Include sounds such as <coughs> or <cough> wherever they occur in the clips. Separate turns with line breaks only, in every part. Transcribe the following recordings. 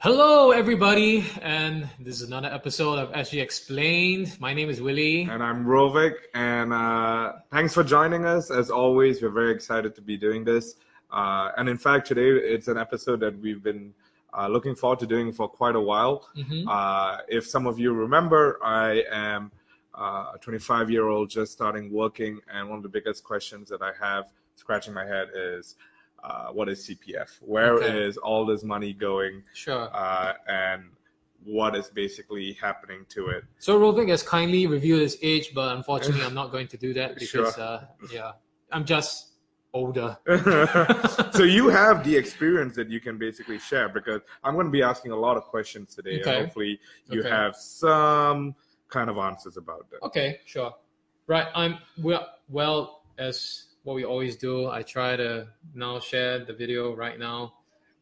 Hello, everybody, and this is another episode of SG Explained. My name is Willie.
And I'm Rovik, and uh, thanks for joining us. As always, we're very excited to be doing this. Uh, and in fact, today it's an episode that we've been uh, looking forward to doing for quite a while.
Mhm.
Uh, if some of you remember, I am uh, a 25 year old just starting working, and one of the biggest questions that I have scratching my head is uh, what is CPF? Where is
Okay.
all this money going?
Sure.
Uh, and what is basically happening to it? <laughs>
So Rovik has kindly revealed his age, but unfortunately, I'm not going to do that because,
<laughs> Sure.
uh, yeah, I'm just
<laughs>
older.
so you have the experience that you can basically share because I'm going to be asking a lot of questions today. and
Okay.
Hopefully, you
Okay.
have some kind of answers about that.
Okay, sure. Right, I'm well. Well, as what we always do, I try to now share the video right now.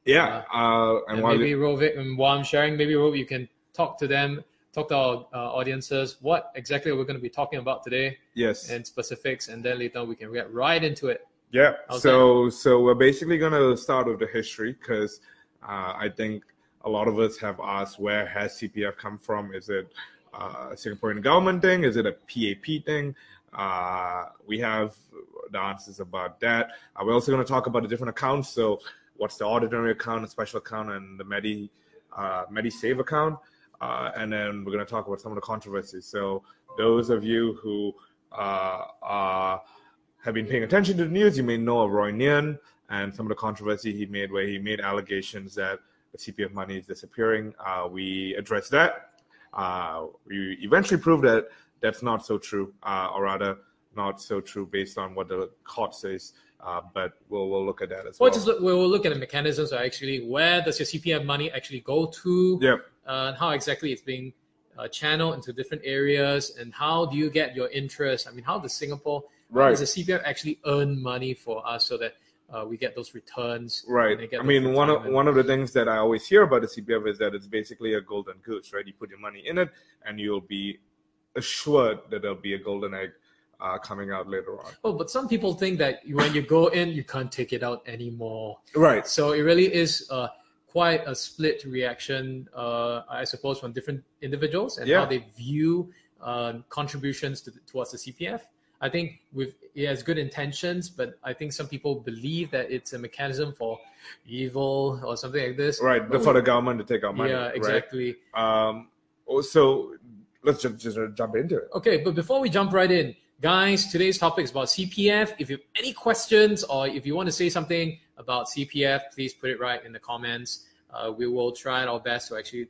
Yeah, uh, and
And
while
maybe Rovik, and while I'm sharing, maybe Rovik, you can talk to them, talk to our uh, audiences, what exactly we're going to be talking about today
yes,
and specifics, and then later we can get right into it.
yeah.
How's
So so we're basically going to start with the history because uh, I think a lot of us have asked where has CPF come from? Is it uh, Singaporean government thing? Is it a PAP thing? Uh, we have the answers about that. Uh, we're also going to talk about the different accounts. So, what's the ordinary account, a special account, and the Medi uh, MediSave account? Uh, and then we're going to talk about some of the controversies. So, those of you who uh, are, have been paying attention to the news, you may know of Roy Nien and some of the controversy he made, where he made allegations that the CPF money is disappearing. Uh, we addressed that. Uh, we eventually proved that that's not so true, uh, or rather, not so true based on what the court says. Uh, but we'll we'll look at that as
Or
well.
just look, we'll look at the mechanisms of actually where does your CPF money actually go to,
Yep.
uh, and how exactly it's being uh, channeled into different areas, and how do you get your interest? I mean, how does Singapore, how
Right.
does the CPF actually earn money for us so that uh, we get those returns? and they
Right.
get
I
the
mean, one of
retirement?
one of the things that I always hear about the CPF is that it's basically a golden goose, right? You put your money in it, and you'll be assured that there'll be a golden egg uh, coming out later on.
Oh, but some people think that when you go in, you can't take it out anymore.
Right.
So it really is uh, quite a split reaction, uh, I suppose, from different individuals and
Yeah.
how they view uh, contributions to, towards the CPF. I think with it has good intentions, but I think some people believe that it's a mechanism for evil or something like this.
Right.
But
For the government to take our
we-
money.
yeah,
Right?
exactly.
Um, oh, so let's just, just jump into it.
Okay, but before we jump right in, guys, today's topic is about CPF. If you have any questions or if you want to say something about CPF, please put it right in the comments. Uh, we will try our best to actually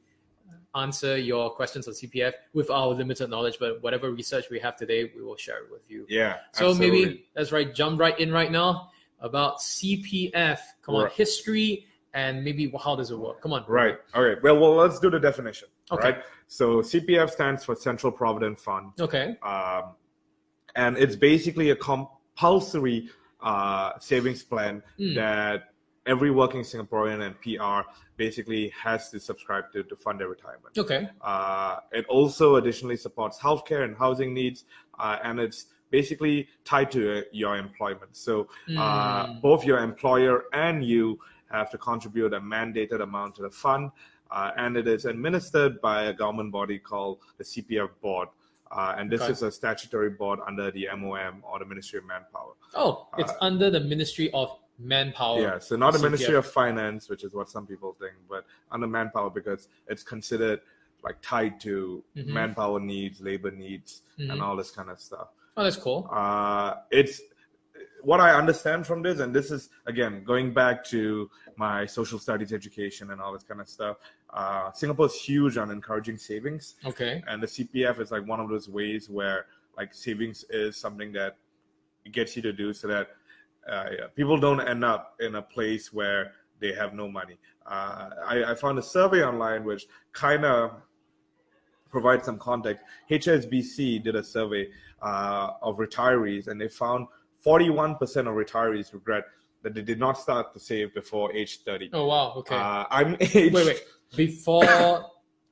answer your questions on CPF with our limited knowledge, but whatever research we have today, we will share it with you.
Yeah.
So
absolutely.
maybe that's right, jump right in right now about CPF. Come on,
Right.
history and maybe how does it work? Come on.
Right. Okay. Well, well, let's do the definition.
Okay.
Right. So CPF stands for Central Provident Fund,
Okay.
um, and it's basically a compulsory uh, savings plan
Mm.
that every working Singaporean and PR basically has to subscribe to to fund their retirement.
Okay.
Uh, it also additionally supports healthcare and housing needs, uh, and it's basically tied to uh, your employment. So uh,
Mm.
both your employer and you have to contribute a mandated amount to the fund, uh, and it is administered by a government body called the CPF Board. Uh, and this
Okay.
is a statutory board under the MOM or the Ministry of Manpower.
Oh, it's
Uh,
under the Ministry of Manpower.
Yeah, so not the
CPF.
Ministry of Finance, which is what some people think, but under manpower because it's considered like tied to
Mhm.
manpower needs, labor needs,
Mhm.
and all this kind of stuff.
Oh, that's cool.
Uh, it's what I understand from this, and this is again going back to my social studies education and all this kind of stuff. Uh, Singapore's huge on encouraging savings
Okay.
and the CPF is like one of those ways where like savings is something that gets you to do so that uh, yeah, people don't end up in a place where they have no money. Uh, I, I found a survey online which kind of provides some context. HSBC did a survey uh, of retirees, and they found 41% of retirees regret that they did not start to save before age 30.
Oh wow. Okay.
Uh, I'm <laughs> age,
wait, wait. Before
<coughs>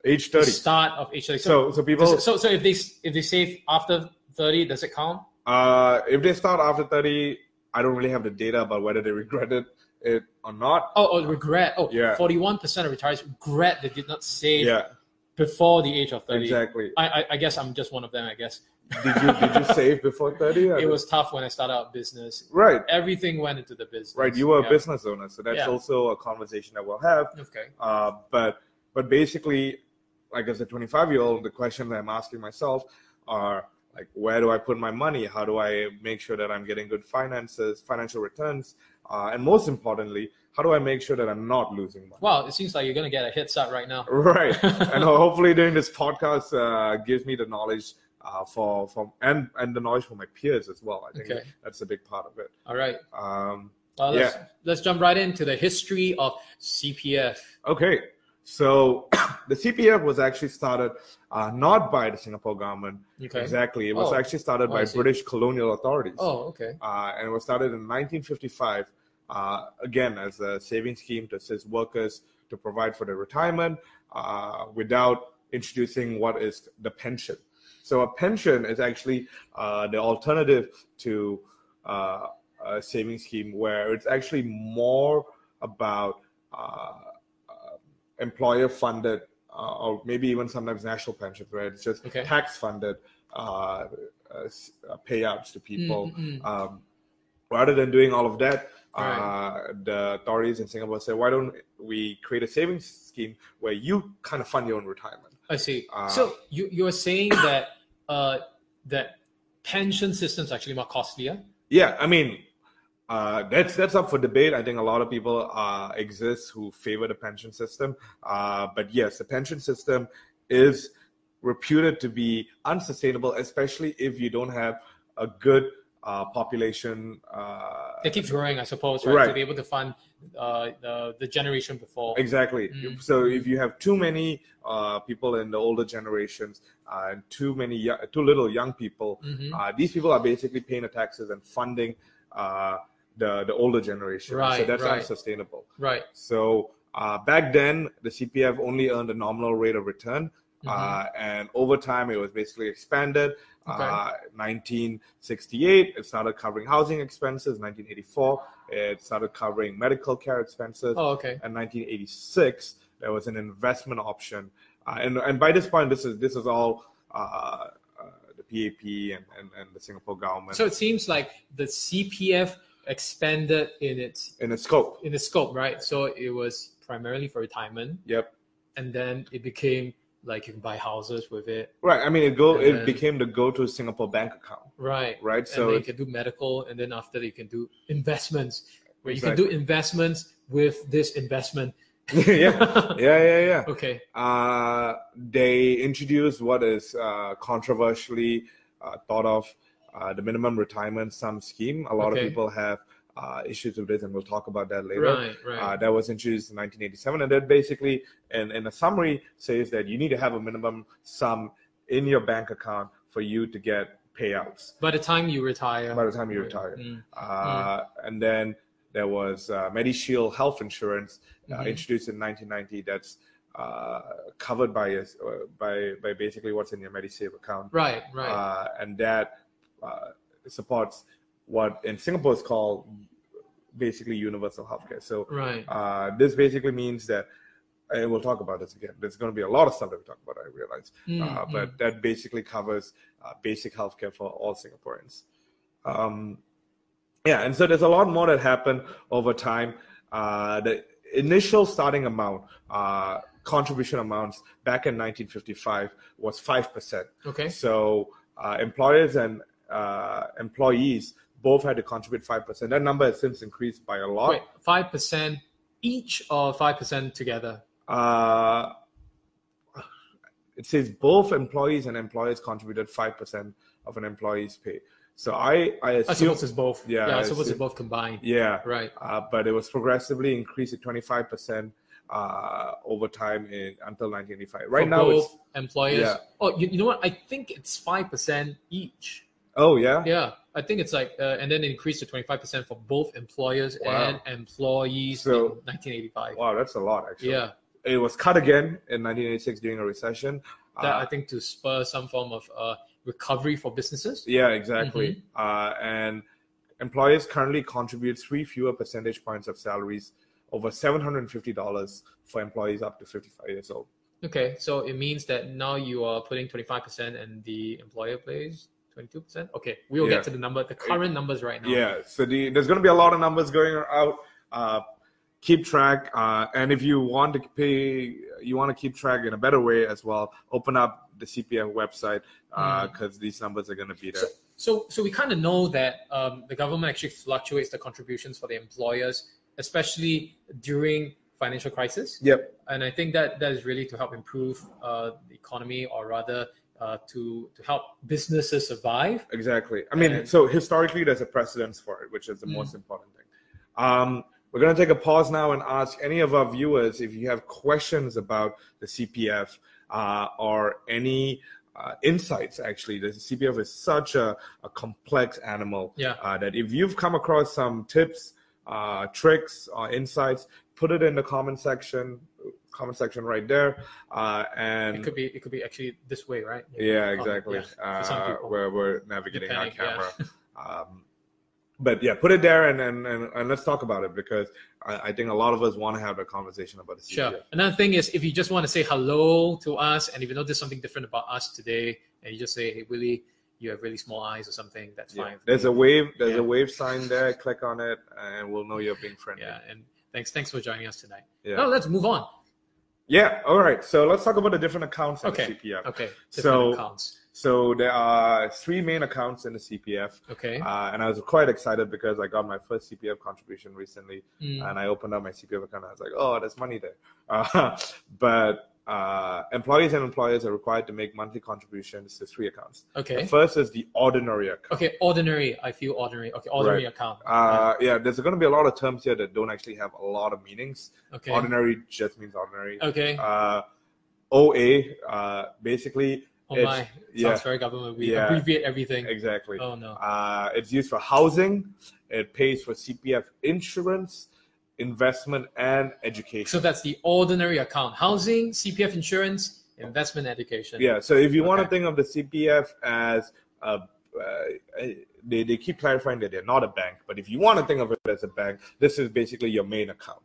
age
the
30.
start of age thirty. So,
So, so people.
so, so, so if they if they save after thirty, does it count?
Uh, if they start after 30, I don't really have the data about whether they regret it. it or not.
Oh, oh regret. Oh,
Yeah.
41% of retirees regret they did not save
Yeah,
before the age of 30.
exactly.
I, I, I guess I'm just one of them, I guess.
Did you did you save before
<laughs>
thirty?
It was tough when I started out business.
right,
Everything went into the business.
right. You were
Yeah.
a business owner, so that's
Yeah.
also a conversation that we'll have.
Okay.
Uh, but but basically, like as a 25 year old, the questions I'm asking myself are like, where do I put my money? How do I make sure that I'm getting good finances, financial returns, uh, and most importantly, how do I make sure that I'm not losing money? <laughs>
Wow, it seems like you're going to get a hit shot right now.
Right, and ho- hopefully doing this podcast uh, gives me the knowledge uh, for for and and the knowledge for my peers as well. I think
Okay.
that's a big part of it.
<laughs> All right.
Um,
Well, Uh, let's, let's jump right into the history of CPF.
Okay, so <coughs> the CPF was actually started uh, not by the Singapore government
Okay.
exactly. It was
Oh.
actually started
Oh, I
by
see.
British colonial authorities,
Oh, okay.
uh, and it was started in 1955. Uh, again, as a savings scheme to assist workers to provide for their retirement uh, without introducing what is the pension. So a pension is actually uh, the alternative to uh, a savings scheme, where it's actually more about uh, employer funded uh, or maybe even sometimes national pensions where it's just
Okay.
tax funded uh, uh, s- uh, payouts to people
Mm, mm, mm.
um, rather than doing all of that
Right.
uh, the authorities in singapore said why don't we create a savings scheme where you kind of fund your own retirement
I see.
uh,
so you, you're saying that uh, that pension systems are actually more costlier?
yeah i mean uh, that's that's up for debate. I think a lot of people uh, exist who favor the pension system, uh, but yes, the pension system is reputed to be unsustainable, especially if you don't have a good uh, population. Uh,
It keeps growing, I suppose, right?
Right.
To be able to fund uh, the, the generation before.
Exactly.
Mm.
So if you have too many uh, people in the older generations uh, and too many, yo- too little young people,
Mhm.
uh, these people are basically paying the taxes and funding uh, the the older generation. so
Right,
that's
right.
unsustainable.
Right.
So uh, back then, the CPF only earned a nominal rate of return.
Mm-hmm.
Uh, and over time, it was basically expanded. Uh, 1968, it started covering housing expenses. 1984, it started covering medical care expenses.
Oh, okay.
And 1986, there was an investment option. Uh, and, and by this point, this is this is all uh, uh, the PAP and, and, and the Singapore government
So it seems like the CPF expanded in its
in its scope.
in the scope, right? So it was primarily for retirement,
Yep.
and then it became like you can buy houses with it,
Right. I mean, it go
And then-
it became the go-to Singapore bank account.
right?
Right.
and
So
then
it's
you can do medical, and then after that you can do investments, where you
Exactly.
can do investments with this investment.
<laughs> yeah, yeah, yeah, yeah.
<laughs> okay.
Uh, they introduced what is uh, controversially uh, thought of uh, the minimum retirement sum scheme. A lot
Okay.
of people have uh, issues with this, and we'll talk about that later.
Right. Right.
Uh, that was introduced in 1987, and that basically, and in a summary, says that you need to have a minimum sum in your bank account for you to get payouts
by the time you retire.
by the time you retire.
Mm.
Uh, And then there was uh, MediShield health insurance uh,
Mhm.
introduced in 1990. That's uh, covered by a, by by basically what's in your MediSave account,
Right. Right.
uh, and that uh, supports what in Singapore is called basically universal healthcare. So
right.
uh, this basically means that. And we'll talk about this again. There's going to be a lot of stuff that we talk about. I realize,
Mm,
uh,
mm.
but that basically covers uh, basic healthcare for all Singaporeans. Um, yeah, and so there's a lot more that happened over time. Uh, the initial starting amount, uh, contribution amounts back in 1955 was 5%.
okay.
So uh, employers and uh, employees both had to contribute 5%. That number has since increased by a lot.
Wait, five percent each or five percent together?
Uh, it says both employees and employers contributed 5% of an employee's pay. So I, I
I
assume,
suppose it's both.
Yeah,
I
I
suppose it's
assume-
both combined.
yeah,
Right.
uh, but it was progressively increased to 25% uh, over time in, until 1985. Right
For
now,
both
it's,
employers.
yeah.
Oh, you, you know what? I think it's five percent each.
oh yeah,
Yeah, I think it's like, uh, and then it increased to twenty five percent for both employers
Wow.
and employees
So-
in nineteen eighty five.
wow, that's a lot actually.
Yeah,
It was cut again in 1986 during a recession.
that
Uh,
I think to spur some form of uh, recovery for businesses.
Yeah, exactly. Uh, and employers currently contribute three fewer percentage points of salaries over $750 for employees up to 55 years old.
Okay, so it means that now you are putting 25% and the employer pays 22%? Okay, we will
Yeah.
get to the number, the current numbers right now.
Yeah, so the, there's going to be a lot of numbers going out. Uh, keep track, uh, and if you want to pay, you want to keep track in a better way as well. Open up the CPF website because these numbers are going to be there.
So, so, so we kind of know that um, the government actually fluctuates the contributions for the employers, especially during financial crisis.
yep.
and I think that that is really to help improve uh, the economy, or rather, uh, to to help businesses survive.
Exactly. I mean,
And-
so historically, there's a precedence for it, which is the
Mm.
most important thing. Um, we're going to take a pause now and ask any of our viewers if you have questions about the CPF uh, or any uh, insights. Actually, the CPF is such a, a complex animal
Yeah.
uh, that if you've come across some tips, uh, tricks, or insights, put it in the comment section. Comment section right there, uh, and
It could be it could be actually this way, right?
yeah,
Oh,
exactly.
yeah, for some
Uh,
people.
where we're navigating our
Depending, yeah.
camera.
<laughs>
um, but yeah, put it there and, and, and, and let's talk about it because I, I think a lot of us want to have a conversation about the CPF.
Sure. Another thing is if you just want to say hello to us, and if you know there's something different about us today, and you just say, "Hey, Willie, you have really small eyes" or something, that's
Yeah.
fine.
There's a wave. There's
Yeah.
a wave sign there. Click on it, and we'll know you're being friendly.
yeah. And thanks, thanks for joining us tonight.
Yeah.
Now let's move on.
Yeah, All right. So let's talk about the different accounts in
Okay.
the CPF.
Okay. Different
So-
accounts.
So there are three main accounts in the CPF,
Okay.
uh, and I was quite excited because I got my first CPF contribution recently.
Mm.
and I opened up my CPF account. And I was like, oh, there's money there. Uh, <laughs> but uh, employees and employers are required to make monthly contributions to three accounts. The
okay.
first is the ordinary account.
Okay. Ordinary. I feel ordinary. Okay. Ordinary account.
Uh, yeah, there's going to be a lot of terms here that don't actually have a lot of meanings.
okay.
Ordinary just means ordinary.
okay.
Uh, OA, uh, basically,
Oh
It's-
my, sounds
yeah.
very government. We
Yeah.
abbreviate everything.
exactly.
Oh no.
Uh, it's used for housing. It pays for CPF insurance, investment, and education.
So that's the ordinary account: housing, CPF insurance, investment, education.
Yeah. So if you want to
Okay.
think of the CPF as a, uh, they, they keep clarifying that they're not a bank, but if you want to think of it as a bank, this is basically your main account.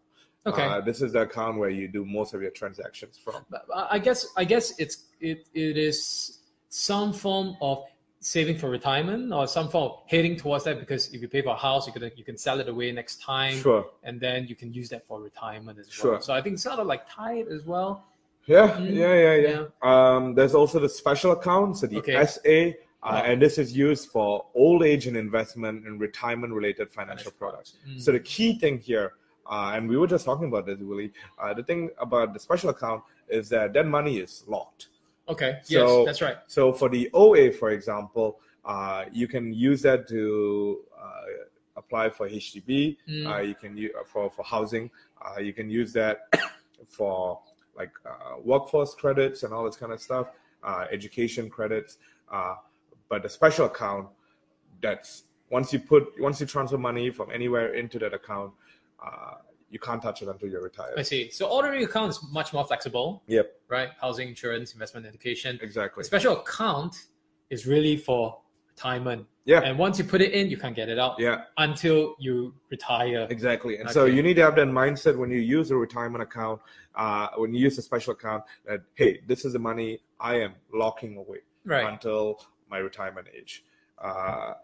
Okay.
Uh, this is the account where you do most of your transactions from.
But I I guess I guess it's it it is some form of saving for retirement or some form of heading towards that because if you pay for a house, you can you can sell it away next time,
Sure.
and then you can use that for retirement as well.
Sure.
So I think it's sort of like tied as well.
Yeah,
Mm.
yeah, yeah, yeah. Um, there's also the special account, so the
Okay.
SA, uh,
Wow.
and this is used for old age and investment and retirement related financial
Financial
products.
products.
So the key thing here, uh, and we were just talking about this, Willie, uh, the thing about the special account is that that money is locked.
Okay.
So-
yes, that's right.
So for the OA, for example, uh, you can use that to uh, apply for HDB.
Mm.
Uh, you can use for for housing. Uh, you can use that <coughs> for like uh, workforce credits and all this kind of stuff, uh, education credits. Uh, but the special account, that's once you put once you transfer money from anywhere into that account, uh, you can't touch it until you're
I
retired.
see. So ordinary account is much more flexible,
Yep,
right? Housing, insurance, investment, education.
exactly.
A special account is really for retirement.
Yeah.
And once you put it in, you can't get it out
Yeah,
until you retire.
exactly. And so
Okay.
you need to have that mindset when you use a retirement account, uh, when you use a special account, that hey, this is the money I am locking away
Right.
until my retirement age. Uh,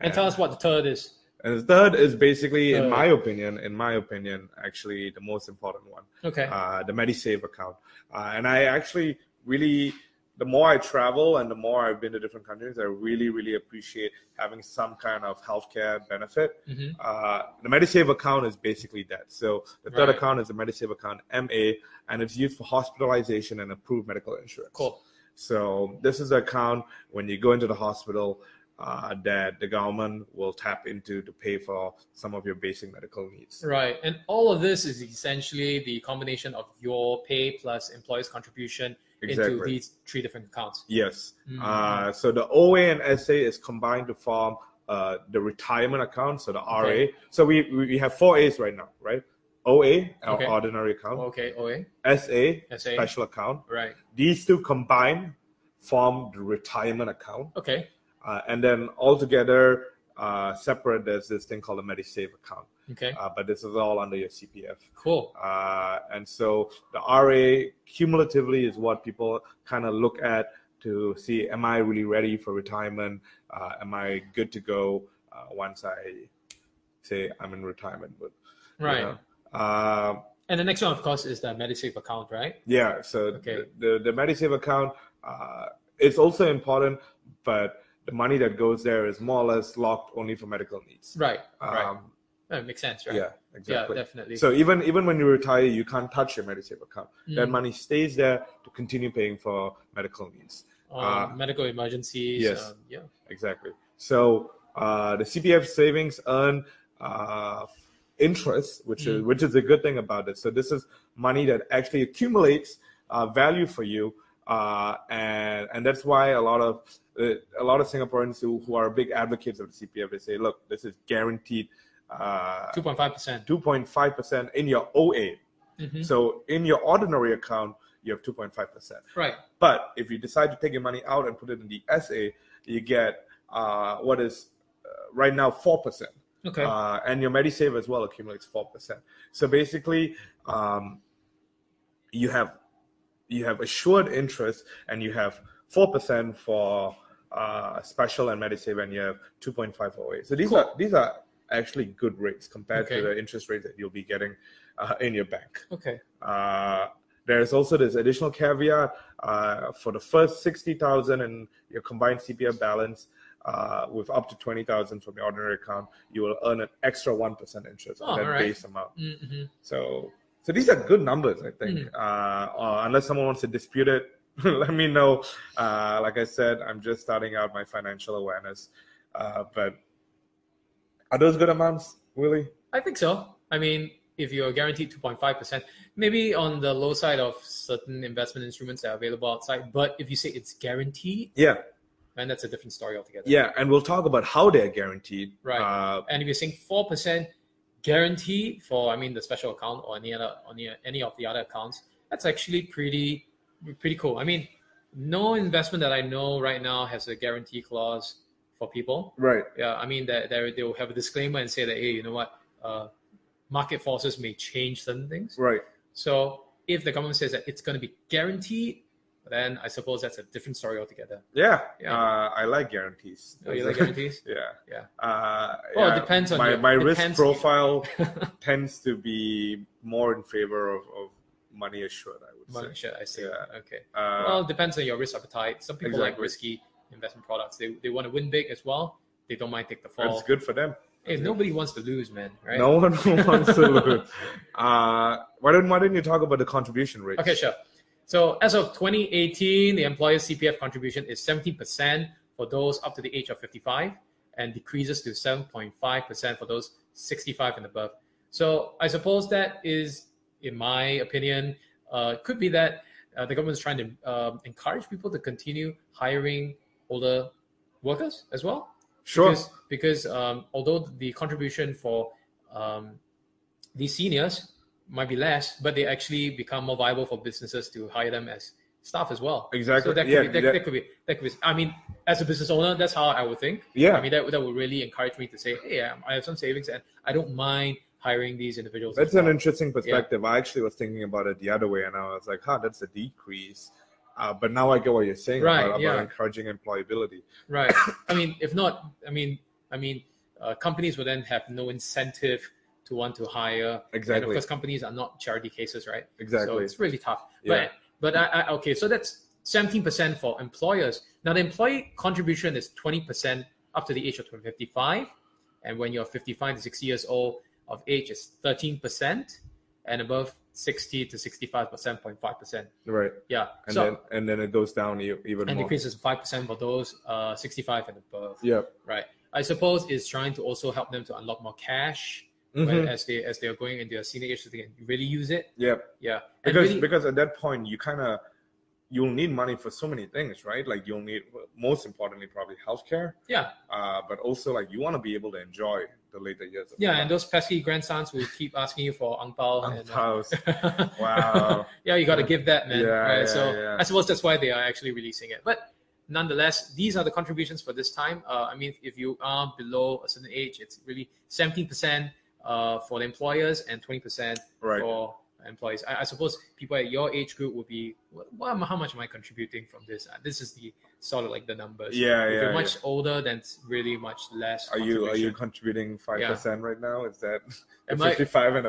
And tell us what the third is.
And the third is basically, in
Third.
my opinion, in my opinion, actually the most important one,
Okay.
uh, the MediSave account. Uh, and I actually really, the more I travel and the more I've been to different countries, I really, really appreciate having some kind of healthcare benefit.
hmm
Uh, the MediSave account is basically that. So the third
Right.
account is the MediSave account, MA, and it's used for hospitalization and approved medical insurance.
Cool.
So this is the account when you go into the hospital uh, that the government will tap into to pay for some of your basic medical needs.
Right. And all of this is essentially the combination of your pay plus employer's contribution into
Exactly.
these three different accounts.
Yes.
Mm.
Uh, so the OA and SA is combined to form uh, the retirement account, so the RA.
Okay.
So we, we we have four A's right now, right? OA, our
Okay.
ordinary account.
okay. OA.
SA,
SA.
special account.
Right.
These two combined form the retirement account.
Okay.
Uh, and then altogether, uh, separate, there's this thing called a MediSave account.
Okay.
Uh, but this is all under your CPF.
Cool.
Uh, and so the RA cumulatively is what people kind of look at to see am I really ready for retirement? Uh, am I good to go uh, once I say I'm in retirement? But,
Right.
Uh,
And the next one, of course, is the MediSave account, right?
yeah. So
Okay.
the, the the MediSave account uh, is also important, but the money that goes there is more or less locked only for medical needs.
Right. right.
Um,
That makes sense, right?
Yeah. Exactly.
Yeah, definitely.
So even even when you retire, you can't touch your MediSave account. That
Mm.
money stays there to continue paying for medical needs.
Um,
uh,
medical emergencies.
yes.
Um, yeah.
Exactly. So uh, the CPF savings earn uh, interest, which is which is a good thing about it. So this is money that actually accumulates uh, value for you, uh, and and that's why a lot of uh, a lot of Singaporeans who, who are big advocates of the CPF they say, look, this is guaranteed. Uh,
2.5%.
2.5% in your OA.
Mhm.
So in your ordinary account, you have 2.5%.
Right.
But if you decide to take your money out and put it in the SA, you get uh, what is uh, right now 4%.
Okay.
Uh, and your MediSave as well accumulates 4%. So basically, um, you have you have assured interest and you have 4% for uh, special and MediSave and you have 2.5 for OA. So these are these are actually good rates compared
Okay.
to the interest rate that you'll be getting uh, in your bank.
okay.
Uh, there is also this additional caveat uh, for the first 60,000 in your combined CPF balance uh, with up to 20,000 from your ordinary account, you will earn an extra 1% interest
Oh,
on that
all right.
base amount.
Mm-hmm.
So, so these are good numbers, I think.
Hmm.
Uh, uh, unless someone wants to dispute it, <laughs> let me know. Uh, like I said, I'm just starting out my financial awareness. Uh, but are those good amounts, Willie?
I think so. I mean, if you're guaranteed 2.5%, maybe on the low side of certain investment instruments that are available outside. But if you say it's guaranteed,
Yeah,
then that's a different story altogether.
yeah. And we'll talk about how they're guaranteed.
Right.
Uh,
And if you're saying 4% guarantee for, I mean, the special account or any other, on the, any of the other accounts, that's actually pretty, pretty cool. I mean, no investment that I know right now has a guarantee clause for people.
right.
yeah, I mean that they, they will have a disclaimer and say that hey, you know what, uh, market forces may change certain things.
Right.
So if the government says that it's going to be guaranteed, then I suppose that's a different story altogether.
Yeah.
Yeah.
Uh, I like guarantees.
Oh, you like guarantees?
<laughs> yeah.
Yeah.
Uh,
Well, it
yeah.
depends on
my
your-
my risk
depends- <laughs>
profile tends to be more in favor of, of money assured. I would
Market
say.
share, I see.
Yeah.
Okay.
Uh,
well, it depends on your risk appetite. Some people like
exactly.
risky investment products. They they want to win big as well. They don't mind take the fall.
that's good for them.
Hey, nobody wants to lose, man. Right?
No one
<laughs>
wants to lose. Uh, why don't Why don't you talk about the contribution rate?
Okay, sure. So as of 2018, the employer's CPF contribution is 17% for those up to the age of 55 and decreases to 7.5% for those 65 and above. So I suppose that is, in my opinion, uh, could be that uh, the government is trying to um, encourage people to continue hiring older workers as well
Sure.
because, because um, although the contribution for um, these seniors might be less, but they actually become more viable for businesses to hire them as staff as well.
Exactly.
So that could,
Yeah,
be, that,
that-
that could be that could be. I mean, as a business owner, that's how I would think.
Yeah.
I mean, that that would really encourage me to say, hey, I'm- I have some savings, and I don't mind hiring these individuals. as
That's an
well."
interesting perspective. I actually was thinking about it the other way, and I was like, "Huh, that's a decrease." Uh, but now I get what you're saying
Right,
about, about
yeah.
encouraging employability.
Right. I mean, if not, I mean, I mean, uh, companies will then have no incentive to want to hire. And of
Exactly.
course, companies are not charity cases, right? So
Exactly.
it's really tough.
Yeah.
But but I, I okay. So that's seventeen percent for employers. Now the employee contribution is twenty percent up to the age of fifty-five, and when you're fifty-five to sixty years old of age is thirteen percent, and above sixty to sixty-five percent, point five percent.
Right.
Yeah.
and
so
then and then it goes down e- even
and
more.
decreases five percent for those uh, sixty-five and above.
Yeah,
Right. I suppose it's trying to also help them to unlock more cash
Mhm.
when- as they as they are going into their senior age, so they can really use it.
yeah.
Yeah. And
Because
really-
because at that point you kind of you'll need money for so many things, right? Like you'll need most importantly probably healthcare,
yeah.
uh, but also like you want to be able to enjoy the later years. Of
Yeah,
your
and
life.
those pesky grandsons will keep asking you for ang pao. and, uh, <laughs>
House. Wow.
yeah, you got to give that, man.
Yeah,
right?
yeah,
so
yeah.
I suppose that's why they are actually releasing it. But nonetheless, these are the contributions for this time. Uh, I mean, if you are below a certain age, it's really 17% uh, for the employers and 20%
Right.
for employees. I, I suppose people at your age group would be, what, what am- how much am I contributing from this? Uh, This is the sort of like the numbers.
Yeah,
If
yeah,
you're
yeah.
much older, then it's really much less.
Are you are you
contribution.
contributing five percent right now? Is that
Am I-
fifty five and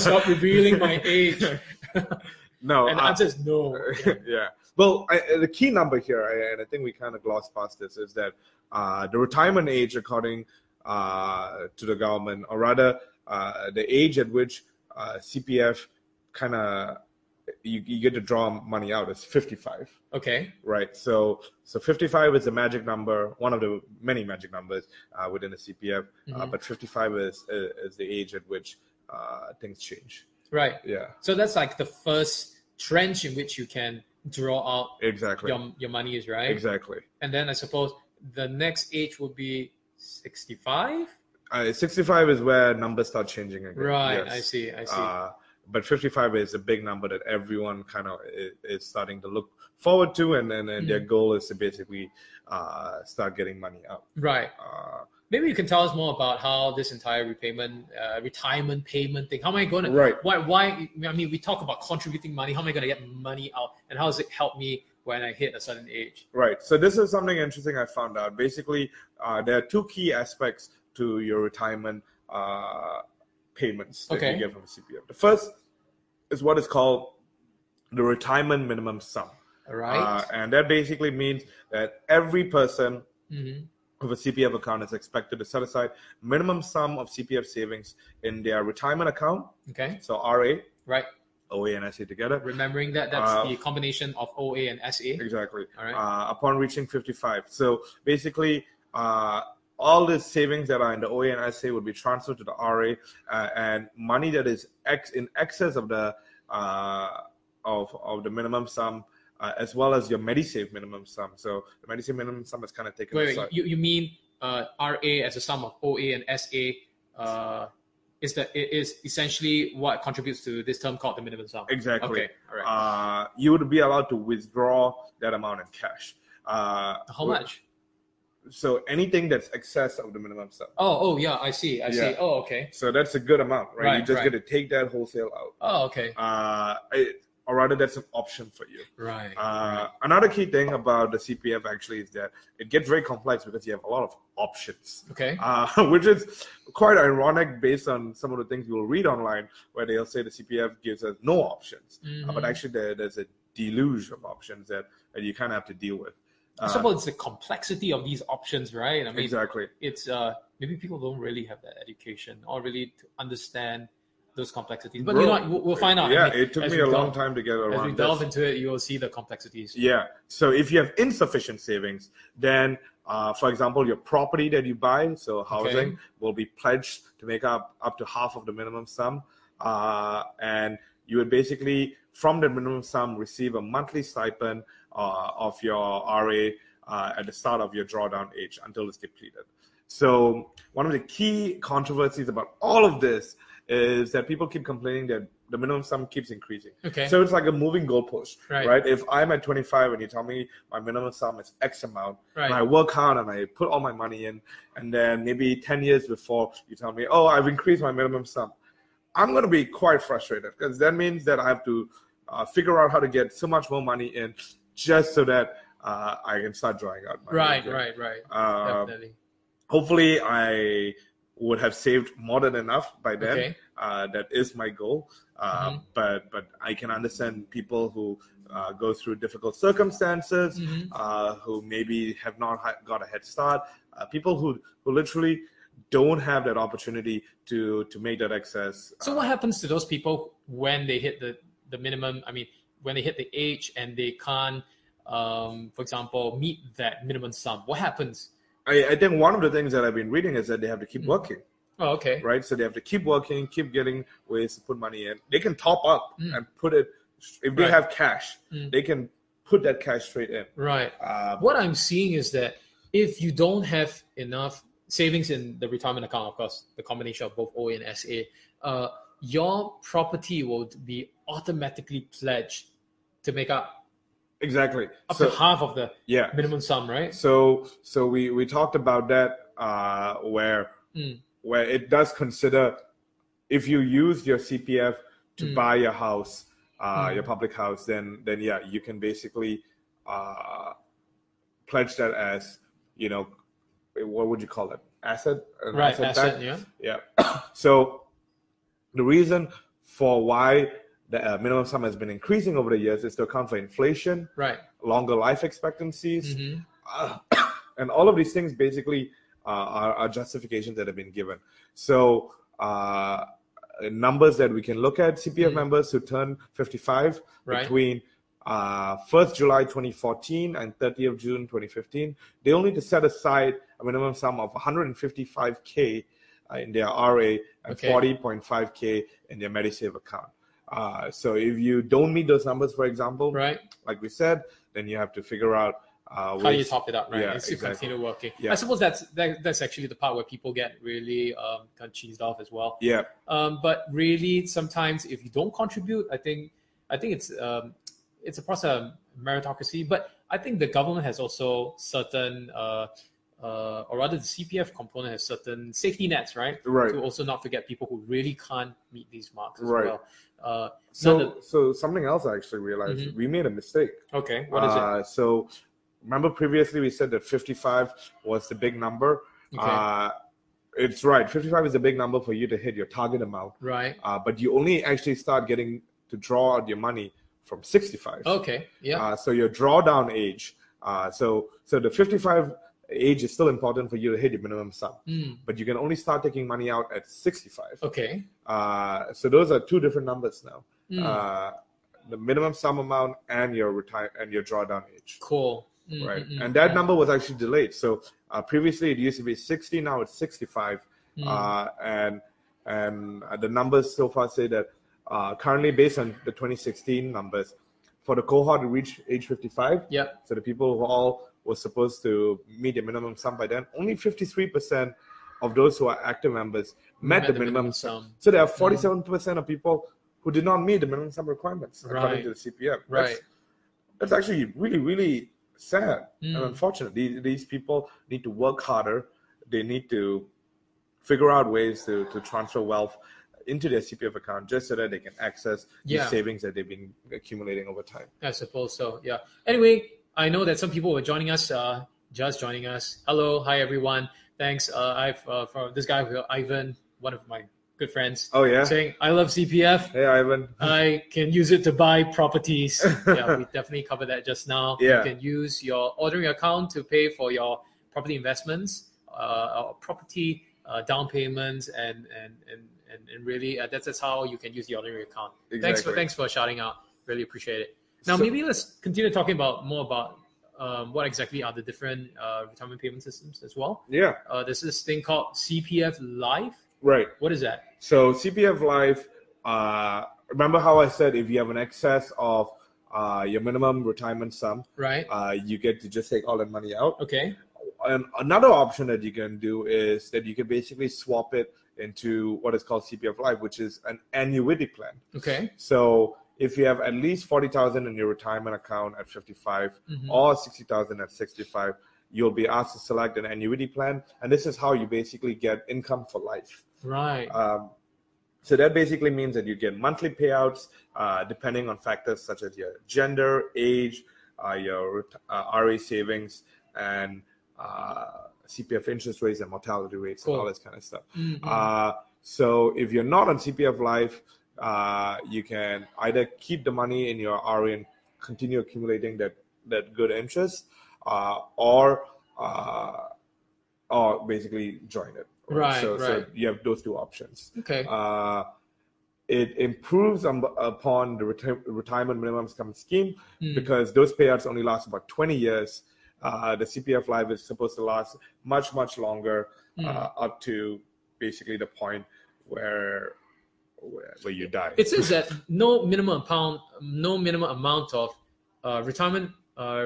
<laughs> Stop revealing
<laughs>
my age.
No,
and the
uh,
answer is
<laughs>
no.
yeah. Well, I, uh, the key number here, I, and I think we kind of glossed past this, is that uh, the retirement age, according uh, to the government, or rather, uh, the age at which uh, CPF kind of you, you get to draw money out is 55
Okay.
right so so 55 is a magic number one of the many magic numbers uh, within the cpf uh,
Mhm.
but 55 is, is is the age at which uh, things change
Right.
yeah
So that's like the first trench in which you can draw out
exactly
your, your money is right.
exactly
And then I suppose the next age would be 65.
uh, 65 is where numbers start changing again
Right. I
yes.
see. I see.
Uh, but 55 is a big number that everyone kind of is, is starting to look forward to, and and, and
Mm-hmm.
their goal is to basically uh, start getting money out.
right.
Uh,
Maybe you can tell us more about how this entire repayment, uh, retirement payment thing. How am I going to?
Right.
Why? Why? I mean, we talk about contributing money. How am I going to get money out? And how does it help me when I hit a certain age?
Right. So this is something interesting I found out. Basically, uh, there are two key aspects to your retirement uh, payments that
Okay.
you get from CPF. The first is what is called the retirement minimum sum,
All right.
uh, and that basically means that every person
hmm
with a CPF account is expected to set aside minimum sum of CPF savings in their retirement account,
Okay.
so RA,
Right.
OA, and SA together.
Remembering that that's
Uh,
the combination of OA and SA.
Exactly.
All right.
Uh, upon reaching 55. So basically, uh, all the savings that are in the OA and SA would be transferred to the RA, uh, and money that is ex- in excess of the uh, of of the minimum sum, uh, as well as your MediSave minimum sum. So the MediSave minimum sum is kind of taken
Wait,
aside.
wait you, you mean uh, RA as a sum of OA and SA uh, is that it is essentially what contributes to this term called the minimum sum.
Exactly.
Okay, all right.
Uh, you would be allowed to withdraw that amount in cash. Uh,
How much?
So anything that's excess of the minimum sum.
Oh, oh yeah, I see, I see.
Yeah.
Oh, okay.
So that's a good amount, right?
Right,
you just
right.
get to take that wholesale out.
Oh, okay.
uh, it, or rather that's an option for you.
Right.
Uh, another key thing about the CPF actually is that it gets very complex because you have a lot of options,
okay.
uh, <laughs> which is quite ironic based on some of the things you will read online where they'll say the CPF gives us no options, Uh, but
Mhm.
actually there, there's a deluge of options that, that you kind of have to deal with.
I suppose it's the complexity of these options, right? I mean,
uh, Exactly.
it's uh, maybe people don't really have that education or really to understand those complexities. But
Bro,
you know, what, we'll, we'll find out. I
Yeah,
mean,
it took
as
me
we
a long
delve-
time to get
As we
around
delve
this.
into it, you will see the complexities.
Yeah. So if you have insufficient savings, then, uh, for example, your property that you buy, so housing, will be pledged to make up up to half of the minimum sum, uh, and you would basically, from the minimum sum, receive a monthly stipend uh, of your RA uh, at the start of your drawdown age until it's depleted. So one of the key controversies about all of this is that people keep complaining that the minimum sum keeps increasing.
Okay.
So it's like a moving goalpost,
Right.
right? If I'm at 25 and you tell me my minimum sum is X amount, and I
right.
work hard and I put all my money in, and then maybe 10 years before you tell me, oh, I've increased my minimum sum, I'm going to be quite frustrated because that means that I have to uh, figure out how to get so much more money in just so that uh, I can start drawing out money.
Right.
again.
Right. Right.
Uh,
Definitely.
hopefully, I would have saved more than enough by then
Okay.
uh, that is my goal. Uh,
Mhm.
But but I can understand people who uh, go through difficult circumstances,
Mhm.
uh, who maybe have not ha- got a head start, uh, people who who literally don't have that opportunity to to make that access. Uh,
So what happens to those people when they hit the the minimum? I mean, when they hit the age and they can't, um, for example, meet that minimum sum. What happens?
I, I think one of the things that I've been reading is that they have to keep working,
Oh, okay.
right? So they have to keep working, keep getting ways to put money in. They can top up
Mm.
and put it if they
Right.
have cash,
Mm.
they can put that cash straight in.
Right.
Uh,
What I'm seeing is that if you don't have enough savings in the retirement account, of course, the combination of both O and SA, uh, your property will be automatically pledged to make up
exactly.
Up
So
to half of the
yeah.
minimum sum, right?
So so we we talked about that uh, where
Mm.
where it does consider if you use your CPF to
Mm.
buy your house, uh,
Mm.
your public house, then then yeah, you can basically uh, pledge that as you know what would you call it asset An
Right,
back?
asset, yeah.
Yeah. so the reason for why the uh, minimum sum has been increasing over the years is to account for inflation,
Right.
longer life expectancies,
hmm
uh, <coughs> and all of these things basically uh, are, are justifications that have been given. So uh, numbers that we can look at: CPF
Mm.
members who turn 55
Right.
between uh, 1st July 2014 and 30th June 2015, they only need to set aside a minimum sum of 155k uh, in their RA and
Okay.
40.5k in their MediSave account. Uh, so if you don't meet those numbers, for example,
Right.
like we said, then you have to figure out uh,
How do you
ways-
top it up, right?
Yeah,
It's to
exactly.
continue working.
Yeah.
I suppose that's that, that's actually the part where people get really um, kind of cheesed off as well.
Yeah,
Um, but really, sometimes if you don't contribute, I think I think it's um, it's a process of meritocracy. But I think the government has also certain, uh, uh, or rather, the CPF component has certain safety nets, right?
right.
To also not forget people who really can't meet these marks as
Right.
well. Uh,
So,
none
so something else I actually realized we made a mistake.
okay, Mm-hmm. what is
uh, So, remember previously we said that 55 was the big number.
it? Okay,
Uh, it's right. 55 is a big number for you to hit your target amount,
right.
uh, but you only actually start getting to draw out your money from 65.
Okay, Oh, yeah.
Uh, so your drawdown age. Uh, so, so the 55 age is still important for you to hit your minimum sum,
Hmm.
but you can only start taking money out at 65.
okay.
Uh, so those are two different numbers now.
Hmm.
Uh, the minimum sum amount and your retire and your drawdown age,
cool. Mm,
right?
mm, mm,
And that
mm,
number was actually delayed. So uh, previously it used to be 60, now it's 65.
mm.
Uh, and and uh, the numbers so far say that uh, currently based on the 2016 numbers, for the cohort to reach age 55,
yeah.
so the people who all were supposed to meet the minimum sum by then, only 53% of those who are active members met, the, minimum, sum. So there are 47% of people who did not meet the minimum sum requirements according
Right.
to the CPF.
Right.
That's, that's actually really, really sad and
Mm.
unfortunate. These, these people need to work harder. They need to figure out ways to, to transfer wealth into their CPF account just so that they can access
Yeah.
the savings that they've been accumulating over time.
I suppose so. Yeah. Anyway, I know that some people were joining us, uh, just joining us. Hello, hi everyone. Thanks. Uh, I've uh, from this guy who- Ivan, one of my good friends,
Oh, yeah.
saying I love CPF.
Hey, Ivan.
I can use it to buy
<laughs>
properties. yeah, we definitely covered that just now.
Yeah.
You can use your ordering account to pay for your property investments, uh, or property uh, down payments, and and and and, and really uh, that's that's how you can use the ordering account. Thanks for
Exactly.
thanks for shouting out. Really appreciate it. Now
So-
maybe let's continue talking about more about um, what exactly are the different uh, retirement payment systems as well.
Yeah,
Uh, there's this thing called CPF Life.
right.
What is that?
So CPF Life, uh, remember how I said if you have an excess of uh, your minimum retirement sum,
Right.
uh, you get to just take all that money out.
Okay.
And another option that you can do is that you can basically swap it into what is called CPF Life, which is an annuity plan.
Okay.
So if you have at least forty thousand in your retirement account at fifty-five
Mhm.
or sixty thousand at sixty-five, you'll be asked to select an annuity plan, and this is how you basically get income for life.
Right.
Um, so that basically means that you get monthly payouts uh, depending on factors such as your gender, age, uh, your uh, RA savings, and uh, CPF interest rates and mortality rates and all
Cool.
this kind of stuff.
Mhm.
Uh, so if you're not on CPF Life, uh, you can either keep the money in your RA and continue accumulating that, that good interest, uh, or uh, or basically join it.
Right,
So, so
right.
you have those two options.
okay.
Uh, it improves um, upon the reti- retirement minimum income scheme
Mm.
because those payouts only last about 20 years. Uh, the CPF Life is supposed to last much, much longer,
Mm-hmm.
uh, up to basically the point where where, where you die.
It says that no minimum amount, no minimum amount of uh, retirement, uh,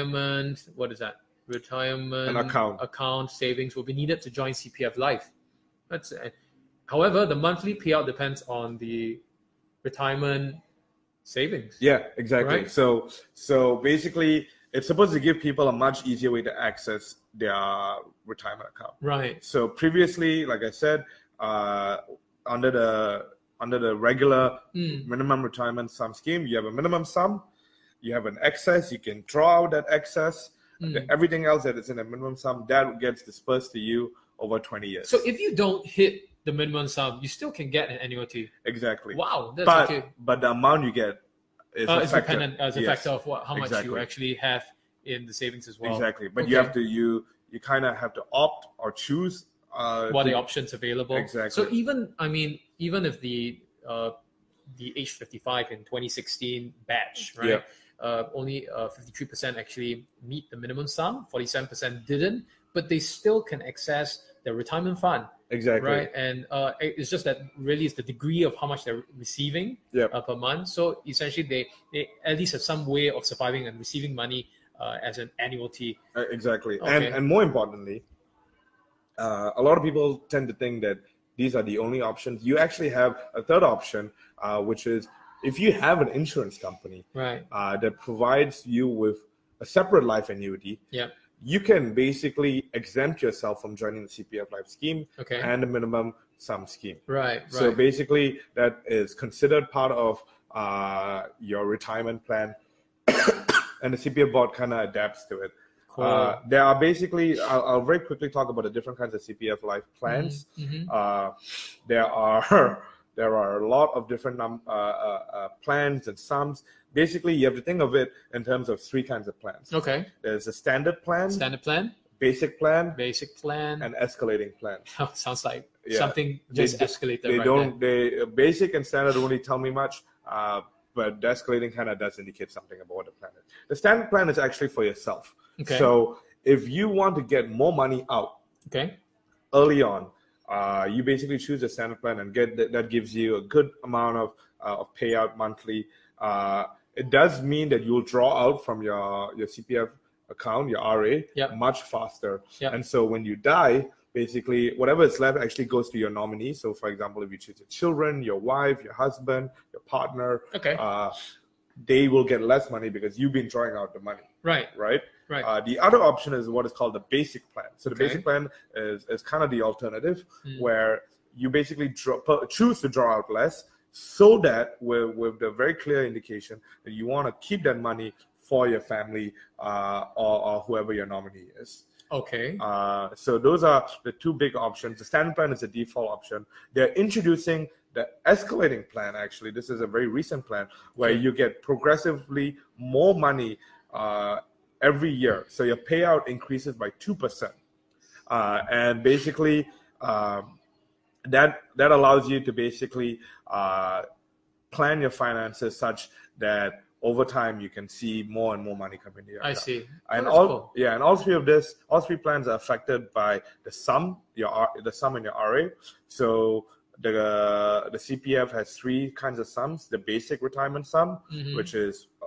retirement. What is that? Retirement
An account.
account savings will be needed to join CPF Life. That's it. However, the monthly payout depends on the retirement savings.
Yeah, exactly.
Right.
So so basically, it's supposed to give people a much easier way to access their retirement account.
Right.
So previously, like I said, uh, under the under the regular
Mm.
minimum retirement sum scheme, you have a minimum sum, you have an excess, you can draw out that excess.
Mm.
Everything else that is in a minimum sum that gets dispersed to you over 20 years.
So if you don't hit the minimum sum, you still can get an annuity.
exactly.
Wow, that's
but
okay.
but the amount you get is
Uh,
a
it's
factor.
dependent as a
Yes.
factor of what, how much you
exactly.
actually have in the savings as well.
Exactly, but you
Okay.
have to you you kind of have to opt or choose. Uh,
What are the
to-
options available? So
Exactly.
even I mean, even if the uh, the age 55 in 2016 batch, right? Uh, only uh, 53% actually meet the minimum sum, 47% didn't, but they still can access their retirement fund,
exactly.
right? And uh, it- it's just that really it's the degree of how much they're receiving
Yep.
uh, per month. So essentially, they, they at least have some way of surviving and receiving money uh, as an annuity.
Uh, exactly.
Okay.
And and more importantly, uh, a lot of people tend to think that these are the only options. You actually have a third option, uh, which is if you have an insurance company
Right.
uh, that provides you with a separate life annuity.
Yeah.
You can basically exempt yourself from joining the CPF life scheme
Okay.
and the minimum sum scheme.
right. Right.
So basically, that is considered part of uh, your retirement plan, <coughs> and the CPF board kind of adapts to it.
cool.
Uh, there are basically, I'll, I'll very quickly talk about the different kinds of CPF life plans.
Mhm.
Uh, there are <laughs> there are a lot of different num- uh, uh, uh, plans and sums. Basically, you have to think of it in terms of three kinds of plans.
Okay.
There's a standard plan,
Standard Mm-hmm. plan,
basic plan,
basic plan.
and escalating plan.
<laughs> Sounds like
Yeah.
something
They
just
ju-
escalated.
they
right
don't they uh, basic and standard only tell me much uh, but the escalating kind of does indicate something about what the plan is the standard plan is actually for yourself
there. Okay.
so if you want to get more money out
okay.
early on uh, you basically choose a standard plan and get that, that gives you a good amount of, uh, of payout monthly uh, it does mean that you'll draw out from your your cpf account your ra
Yep.
much faster
Yep.
and so when you die basically whatever is left actually goes to your nominee so for example if you choose your children your wife your husband your partner
Okay.
uh, they will get less money because you've been drawing out the money
right.
right
Right.
uh, the other option is what is called the basic plan. So the
Okay.
basic plan is, is kind of the alternative
Mm.
where you basically draw, pu- choose to draw out less so that with, with the very clear indication that you want to keep that money for your family uh, or, or whoever your nominee is.
okay.
Uh, so those are the two big options. The standard plan is the default option. They're introducing the escalating plan. Actually, this is a very recent plan where
Okay.
you get progressively more money uh, every year. So your payout increases by two percent, uh, and basically um, that that allows you to basically uh, plan your finances such that over time you can see more and more money come into your
I
account
see.
and
Oh, That's
all
cool.
yeah and all three of this all three plans are affected by the sum your R, the sum in your ra so the the cpf has three kinds of sums the basic retirement sum
Mhm.
which is uh,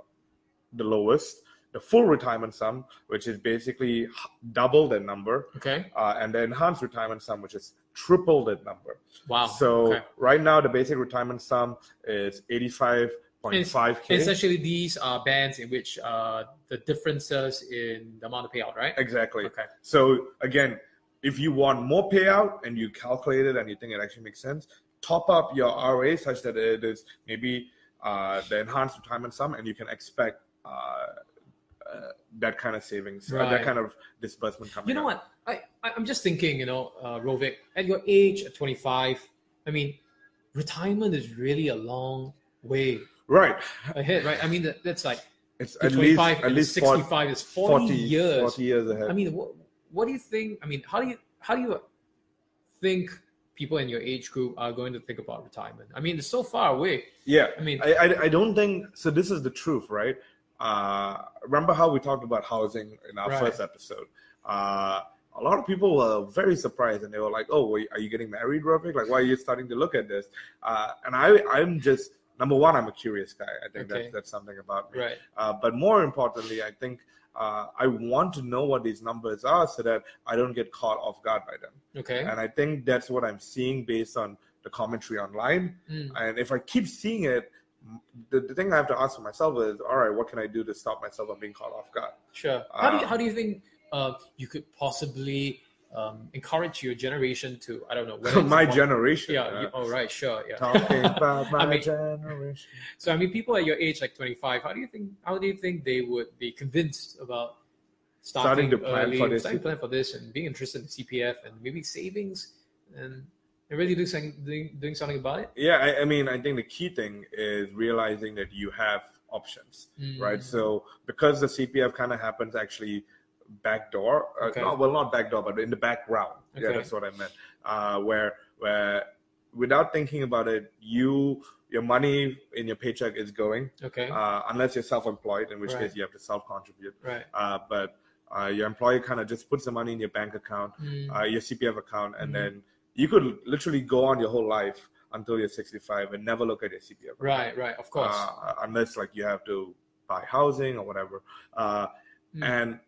the lowest the full retirement sum which is basically h- double that number
okay.
uh, and the enhanced retirement sum which is triple that number
Wow.
so
okay.
right now the basic retirement sum is 85.5k
essentially these are bands in which uh, the differences in the amount of payout, right?
exactly
Okay.
So again, if you want more payout and you calculate it and you think it actually makes sense, top up your RA such that it is maybe uh, the enhanced retirement sum, and you can expect uh, uh, that kind of savings, uh,
Right.
that kind of disbursement coming.
You know
up.
what? I, I I'm just thinking. You know, uh, Rovic, at your age, at 25, I mean, retirement is really a long way
Right?
ahead, right? I mean, that, that's like
It's
to
at least
25
at
and
least 40,
65 is 40, years.
40 years ahead.
I mean, what, what do you think? I mean, how do you how do you think people in your age group are going to think about retirement? I mean, it's so far away.
yeah.
I mean,
I, I, I don't think so. This is the truth, right? Uh, remember how we talked about housing in our
Right.
first episode? Uh, a lot of people were very surprised, and they were like, "Oh, wait, are you getting married, Ravik? Like, why are you starting to look at this?" Uh, and I, I'm just number one, I'm a curious guy. I think
Okay.
that's that's something about me.
right,
Uh, but more importantly, I think uh, I want to know what these numbers are so that I don't get caught off guard by them.
okay,
And I think that's what I'm seeing based on the commentary online
Mm,
and if I keep seeing it, the, the thing I have to ask myself is, all right, what can I do to stop myself from being caught off
<laughs>
guard?
Sure. How do you,
Uh,
how do you think uh, you could possibly um, encourage your generation to I don't know whether it's
<laughs> my
one-
generation.
Yeah.
uh,
You, oh right. Sure. Yeah. <laughs>
Talking about my
mean-
generation.
So I mean, people at your age, like twenty five, how do you think how do you think they would be convinced about starting,
Starting to plan
early,
for this.
starting to plan for this, and being interested in CPF and maybe savings and and really doing something doing, doing something about it?
Yeah, I, I mean, I think the key thing is realizing that you have options, right?
Mm.
So because the CPF kind of happens actually backdoor,
Okay.
uh, not, well, not backdoor, but in the background. Yeah,
Okay.
that's what I meant. Uh, where where without thinking about it, you your money in your paycheck is going,
Okay.
uh, unless you're self-employed, in which
Right.
case you have to self-contribute.
right.
Uh, but uh, your employer kind of just puts the money in your bank account
Mm.
uh, your CPF account, and
Mhm.
then you could literally go on your whole life until you're 65 and never look at your CPF.
right. Right. Of course.
Uh, unless like you have to buy housing or whatever. Uh,
Mm.
And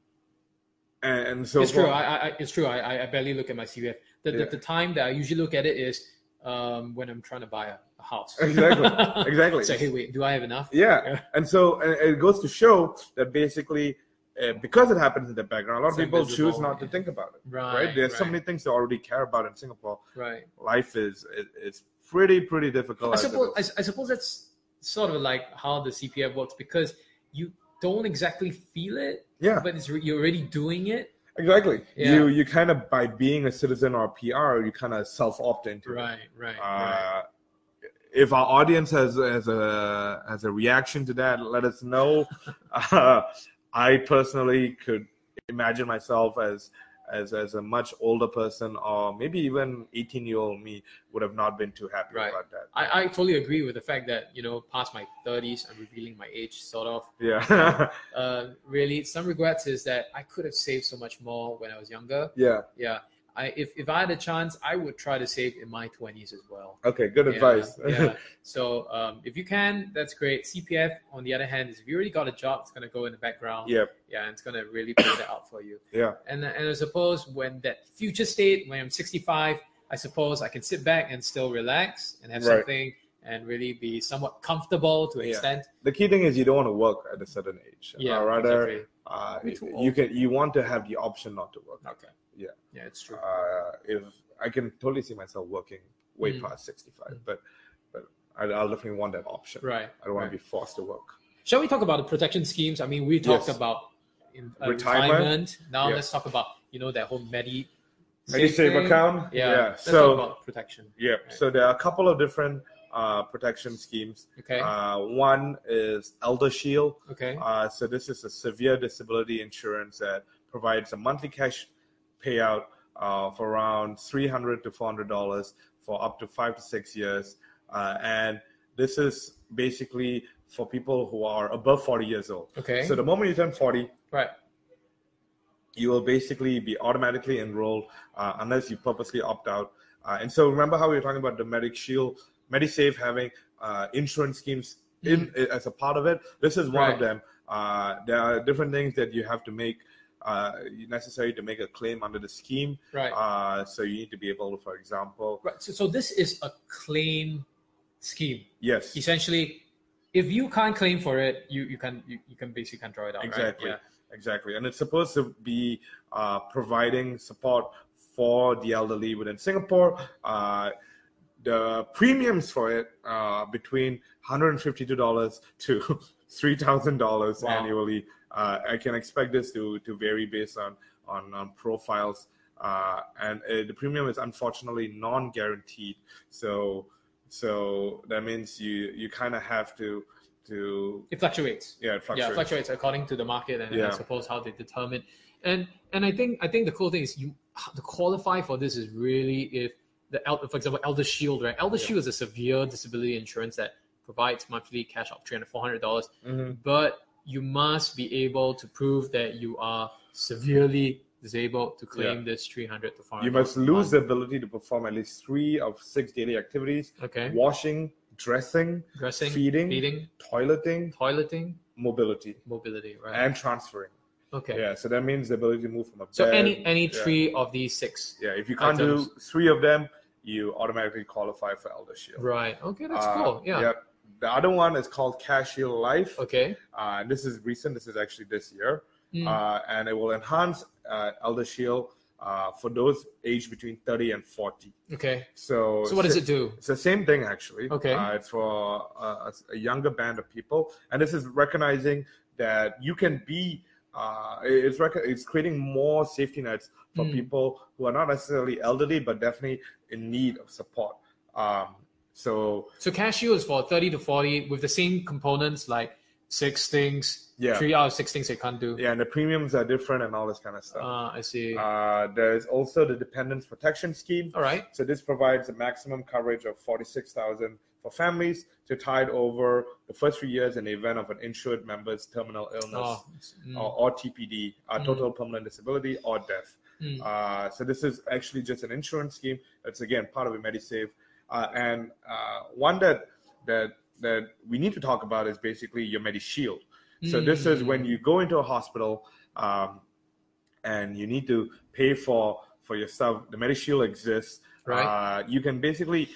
and and so
it's true.
for-
I, I, I- it's true. I, I- I barely look at my CPF. The, the,
Yeah.
the time that I usually look at it is um, when I'm trying to buy a, a house. <laughs>
exactly, exactly.
so hey, wait, do I have enough?
yeah.
Yeah.
and so and it goes to show that basically, uh, because it happens in the background, a lot
It's
of people
invisible,
choose not to
yeah.
think about it.
Right.
Right? There's
right,
so many things they already care about in Singapore.
Right.
Life is it, it's pretty pretty difficult.
I
as it
suppose. I,
is.
I suppose that's sort of like how the CPF works because you don't exactly feel it,
yeah.
but it's re- you're already doing it.
Exactly.
Yeah.
You you kind of by being a citizen or a PR, you kind of self opt into it.
Right. Right.
Uh,
right.
If our audience has has a has a reaction to that, let
<laughs>
us know. <laughs> uh, I personally could imagine myself as as as a much older person, or maybe even eighteen year old me would have not been too happy
Right.
about that.
I, I totally agree with the fact that you know past my 30s I'm revealing my age sort of
Yeah, <laughs>
uh, really some regrets is that I could have saved so much more when I was younger.
yeah.
Yeah. I if, if I had a chance, I would try to save in my twenties as well.
Okay, good
Yeah,
advice. <laughs>
yeah. So um, if you can, that's great. CPF, on the other hand, is if you already got a job, it's gonna go in the background.
yeah,
Yeah, and it's gonna really play that out for you.
yeah.
And and I suppose when that future state, when I'm 65, I suppose I can sit back and still relax and have
Right.
something and really be somewhat comfortable to an
Yeah.
extent.
The key thing is you don't want to work at a certain age.
Yeah,
or rather,
exactly.
uh,
We're too
you
old.
can you want to have the option not to work.
Okay.
Yeah.
Yeah, it's true.
Uh, if I can totally see myself working way
Mm.
past sixty five, but but I, I'll definitely want that option.
Right.
I don't want
right.
to be forced to work.
Shall we talk about the protection schemes? I mean, we talked
Yes.
about in, uh, retirement.
Retirement.
Now
Yeah.
let's talk about you know that whole Medi
MediSave
thing.
account?
Yeah.
Yeah.
Let's
So-
talk about protection.
Yeah. So there are a couple of different uh, protection schemes.
Okay.
Uh, one is Elder Shield.
okay.
Uh, so this is a severe disability insurance that provides a monthly cash payout uh, of around three hundred to four hundred dollars for up to five to six years, uh, and this is basically for people who are above forty years old.
okay.
So the moment you turn forty,
right.
you will basically be automatically enrolled uh, unless you purposely opt out. Uh, and so remember how we were talking about the Medic Shield, MediSave having uh, insurance schemes in as a part of it. This is one
Mm. Right.
of them. Uh, there are different things that you have to make uh, necessary to make a claim under the scheme.
Right.
Uh, so you need to be able, to, for example,
right. So, so this is a claim scheme.
yes,
Essentially, if you can't claim for it, you you can you, you can basically can draw it out.
exactly,
Right?
exactly, and it's supposed to be uh, providing support for the elderly within Singapore. Uh, the premiums for it are between $152 to <laughs> $3,000
Wow.
annually. Uh, I can expect this to, to vary based on, on, on profiles. Uh, and uh, the premium is unfortunately non-guaranteed. So, so that means you, you kind of have to, to,
It fluctuates.
yeah, it
Yeah,
fluctuates.
fluctuates according to the market and I
Yeah.
suppose how they determine. And and I think I think the cool thing is you to qualify for this is really if the el- for example Elder Shield right Elder
Yeah.
Shield is a severe disability insurance that provides monthly cash of three hundred four hundred dollars,
Mhm.
but you must be able to prove that you are severely disabled to claim this three hundred to four hundred.
You must lose the ability to perform at least three of six daily activities,
okay
washing, dressing,
dressing,
feeding,
feeding,
toileting,
toileting,
mobility.
mobility right
and transferring.
okay.
Yeah, so that means the ability to move from a
So
bed.
any any
yeah.
three of these six
Yeah, if you can't do three of them, you automatically qualify for Elder Shield.
Right. Okay, that's
Uh,
cool. Yeah.
Yep. the other one is called CashShield Life.
Okay.
Uh, this is recent. This is actually this year,
Mm.
uh, and it will enhance uh, Elder Shield uh, for those aged between 30 and 40.
Okay.
So,
So what does it do?
It's the same thing actually.
Okay.
Uh, it's for uh, a, a younger band of people, and this is recognizing that you can be. Uh, it- it's rec- it's creating more safety nets for
Mm.
people who are not necessarily elderly, but definitely in need of support. Um, so
So cashew is for 30 to 40 with the same components like six things,
Yeah.
three out of six things they can't do.
yeah, and the premiums are different and all this kind of stuff.
Uh, I see.
Uh, there is also the dependence protection scheme.
All right.
So this provides a maximum coverage of 46,000 for families to tide over the first three years in the event of an insured member's terminal illness
Oh, mm,
or, or TPD, uh,
Mm.
total permanent disability or death.
mm.
Uh, so this is actually just an insurance scheme. It's again part of a MediSave, uh, and uh, one that that that we need to talk about is basically your MediShield. So this is when
Mm.
you go into a hospital um, and you need to pay for for your stuff. The MediShield exists.
Mm. Right.
Uh, you can basically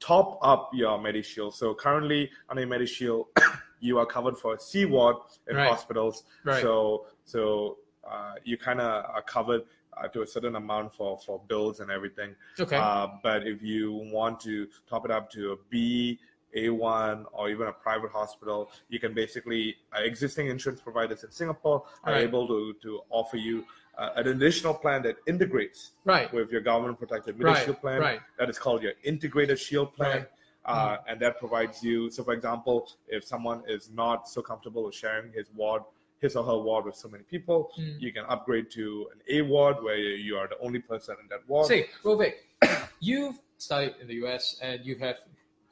top up your MediShield. So currently on a MediShield, <coughs> you are covered for a C ward in
Right.
hospitals.
Right.
So so uh, you kind of are covered uh, to a certain amount for for bills and everything.
okay.
Uh, but if you want to top it up to a B, A1, or even a private hospital, you can basically, uh, existing insurance providers in Singapore are
Right.
able to, to offer you uh, an additional plan that integrates
right.
with your government protected
Right,
medical plan.
right.
That is called your integrated shield plan.
Right. Hmm.
Uh, And that provides you, so for example, if someone is not so comfortable with sharing his ward, his or her ward with so many people,
Mm.
you can upgrade to an A ward where you are the only person in that ward.
Say, Rovik, <coughs> you've studied in the US and you have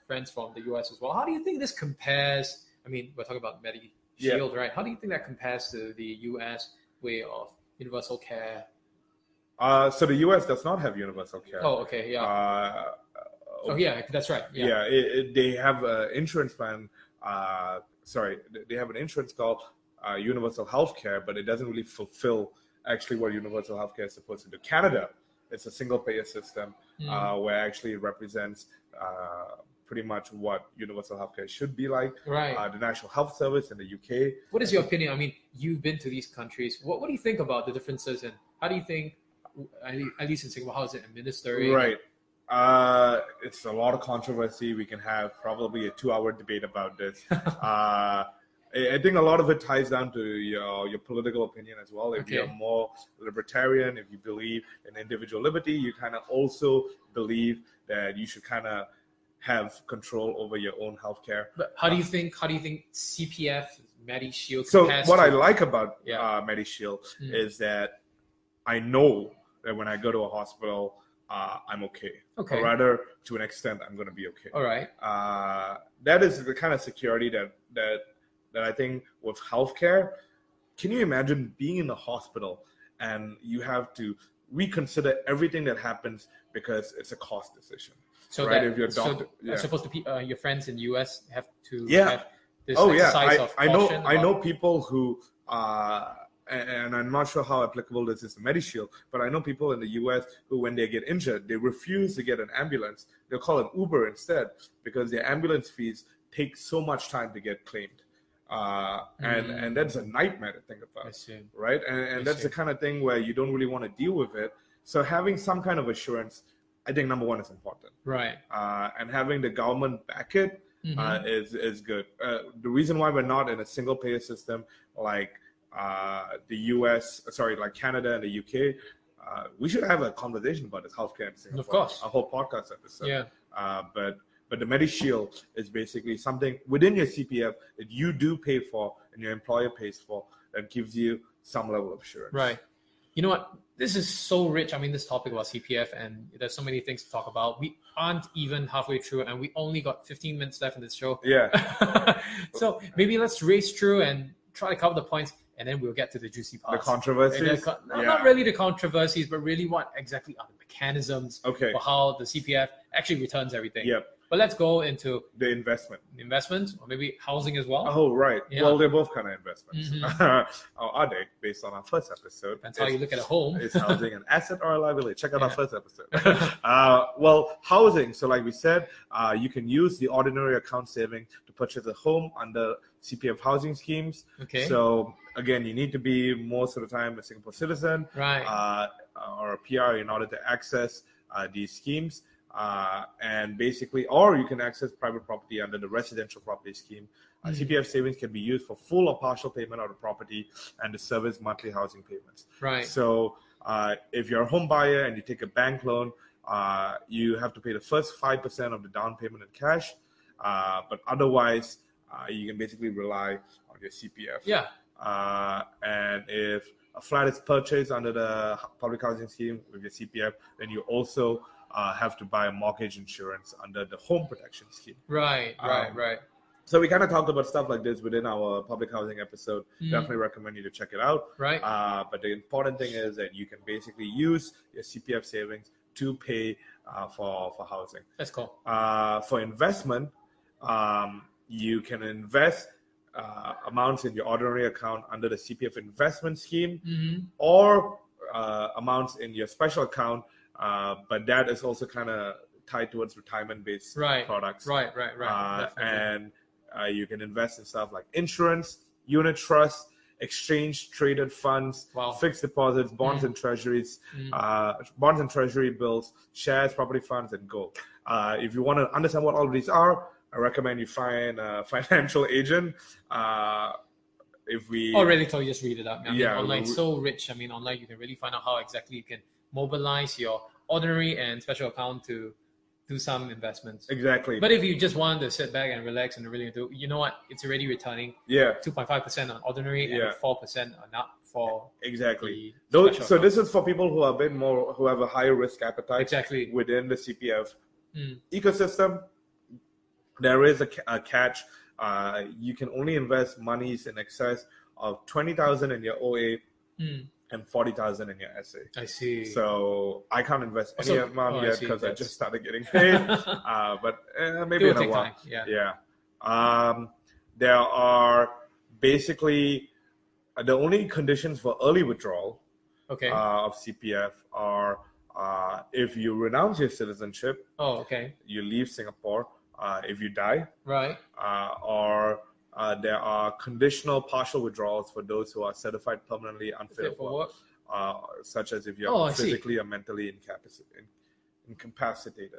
friends from the US as well. How do you think this compares? I mean, we're talking about Medi
Yeah.
Shield, right? How do you think that compares to the US way of universal care?
Uh, so the U.S. does not have universal care.
Oh, okay, yeah.
Uh,
oh, yeah, that's right. Yeah.
yeah, it, it, they have an insurance plan. Uh, sorry, th- they have an insurance called uh, universal health care, but it doesn't really fulfill actually what universal health care is supposed to do. Canada, it's a single payer system
Mm,
uh, where actually it represents uh, pretty much what universal health care should be like.
right.
Uh, the National Health Service in the UK
what is your opinion? I mean, you've been to these countries. What, what do you think about the differences and how do you think, at le- at least in Singapore, how is it administered?
Right. Uh, it's a lot of controversy. We can have probably a two-hour debate about
<laughs>
this. uh, I I think a lot of it ties down to your your political opinion as well. If
Okay.
you're more libertarian, if you believe in individual liberty, you kind of also believe that you should kind of have control over your own healthcare.
But how do you think, how do you think CPF, Medi Shield
So
compares
what
to-
I like about
Yeah.
uh, MediShield
Mm.
is that I know that when I go to a hospital, uh, I'm okay.
Okay.
Or rather, to an extent, I'm going to be okay.
All right.
Uh, that is the kind of security that that that I think with healthcare. Can you imagine being in a hospital and you have to reconsider everything that happens because it's a cost decision?
So
right?
that,
if you're a
so
doctor,
I'm supposed to pe- uh, your friends in US have to
Yeah.
have this
oh yeah,
exercise
I,
of
I know
caution
I know
about-
people who. Uh, and and I'm not sure how applicable this is to MediShield, but I know people in the U.S. who, when they get injured, they refuse to get an ambulance. They'll call an Uber instead because their ambulance fees take so much time to get claimed, uh, and
Mm.
and that's a nightmare to think
I
about
see.
right? And,
I
and that's
see.
the kind of thing where you don't really want to deal with it. So having some kind of assurance, I think number one is important,
Right.
uh, and having the government back it
Mhm.
uh, is is good. Uh, the reason why we're not in a single payer system like uh, the U.S., sorry, like Canada and the U.K. Uh, we should have a conversation about this healthcare in Singapore.
course.
a whole podcast episode.
yeah.
Uh, but but the MediShield is basically something within your CPF that you do pay for and your employer pays for that gives you some level of assurance.
Right. You know what? This is so rich. I mean, this topic about CPF, and there's so many things to talk about. We aren't even halfway through, and we only got 15 minutes left in this show. <laughs>
Yeah.
so maybe let's race through and try to cover the points, and then we'll get to the juicy
The
parts. And the
controversies.
con- no,
yeah.
Not really the controversies, but really what exactly are the mechanisms <laughs>
Okay.
for how the CPF actually returns everything.
Yep.
But let's go into
the investment.
investments or maybe housing as well.
Oh, right.
Yeah. Mm-hmm.
Well, they're both kind of investments. <laughs> or are they, based on our first episode?
That's how you
It's-
look at a home.
is
<laughs>
housing an asset or a liability? Check out our
Yeah.
first episode. <laughs> uh, well, housing. So, like we said, uh, you can use the ordinary account saving to purchase a home under CPF housing schemes.
Okay.
So, again, you need to be most of the time a Singapore citizen
right.
uh, or a PR in order to access uh, these schemes. Uh, and basically, or you can access private property under the residential property scheme. Uh,
Mm.
CPF savings can be used for full or partial payment of the property and to service monthly housing payments.
right.
So uh, if you're a home buyer and you take a bank loan, uh, you have to pay the first 5% of the down payment in cash. Uh, but otherwise, uh, you can basically rely on your CPF.
yeah.
Uh, and if a flat is purchased under the public housing scheme with your CPF, then you also uh, have to buy a mortgage insurance under the home protection scheme.
Right. Right.
Um,
right.
So we kind of talked about stuff like this within our public housing episode.
Mm.
Definitely recommend you to check it out.
Right.
Uh, but the important thing is that you can basically use your CPF savings to pay uh, for for housing.
That's cool.
Uh, for investment, um, you can invest uh, amounts in your ordinary account under the CPF investment scheme
hmm
or uh, amounts in your special account. Uh, but that is also kind of tied towards retirement-based
Right.
products.
Right. Right. Right.
Uh,
Definitely.
and uh, you can invest in stuff like insurance, unit trust, exchange traded funds,
Wow.
fixed deposits, bonds and treasuries,
Mm.
uh, bonds and treasury bills, shares, property funds, and gold. Uh, if you want to understand what all of these are, I recommend you find a <laughs> financial agent. Uh, if we
Oh, really? So you just read it up. I mean,
Yeah,
online
we-
so rich. I mean, online you can really find out how exactly you can mobilize your ordinary and special account to do some investments.
exactly,
But if you just want to sit back and relax and really do, you know what? It's already returning
yeah,
2.5% on ordinary
Yeah.
and 4% on up for
exactly.
the
Those,
special
so
account.
this is for people who are a bit more who have a higher risk appetite.
exactly.
within the CPF
Mm.
ecosystem, there is a, ca- a catch. Uh, you can only invest monies in excess of 20,000 in your OA
Mm.
and 40,000 in your SA.
I see.
So <laughs> I can't invest any
So-
amount
oh, I
yet
see,
because I
that's-
just
<laughs>
started getting paid.
it
uh, but uh, maybe
will
in a
take
while.
time. Yeah.
Yeah. Um, there are basically uh, the only conditions for early withdrawal
Okay.
uh, of CPF are uh, if you renounce your citizenship
oh, okay.
you leave Singapore uh, if you die,
Right.
uh, or uh, there are conditional partial withdrawals for those who are certified permanently unfit
Fit
of
for
work,
work.
uh, such as if you're
Oh, I see.
physically or mentally incapaci- in- incapacitated.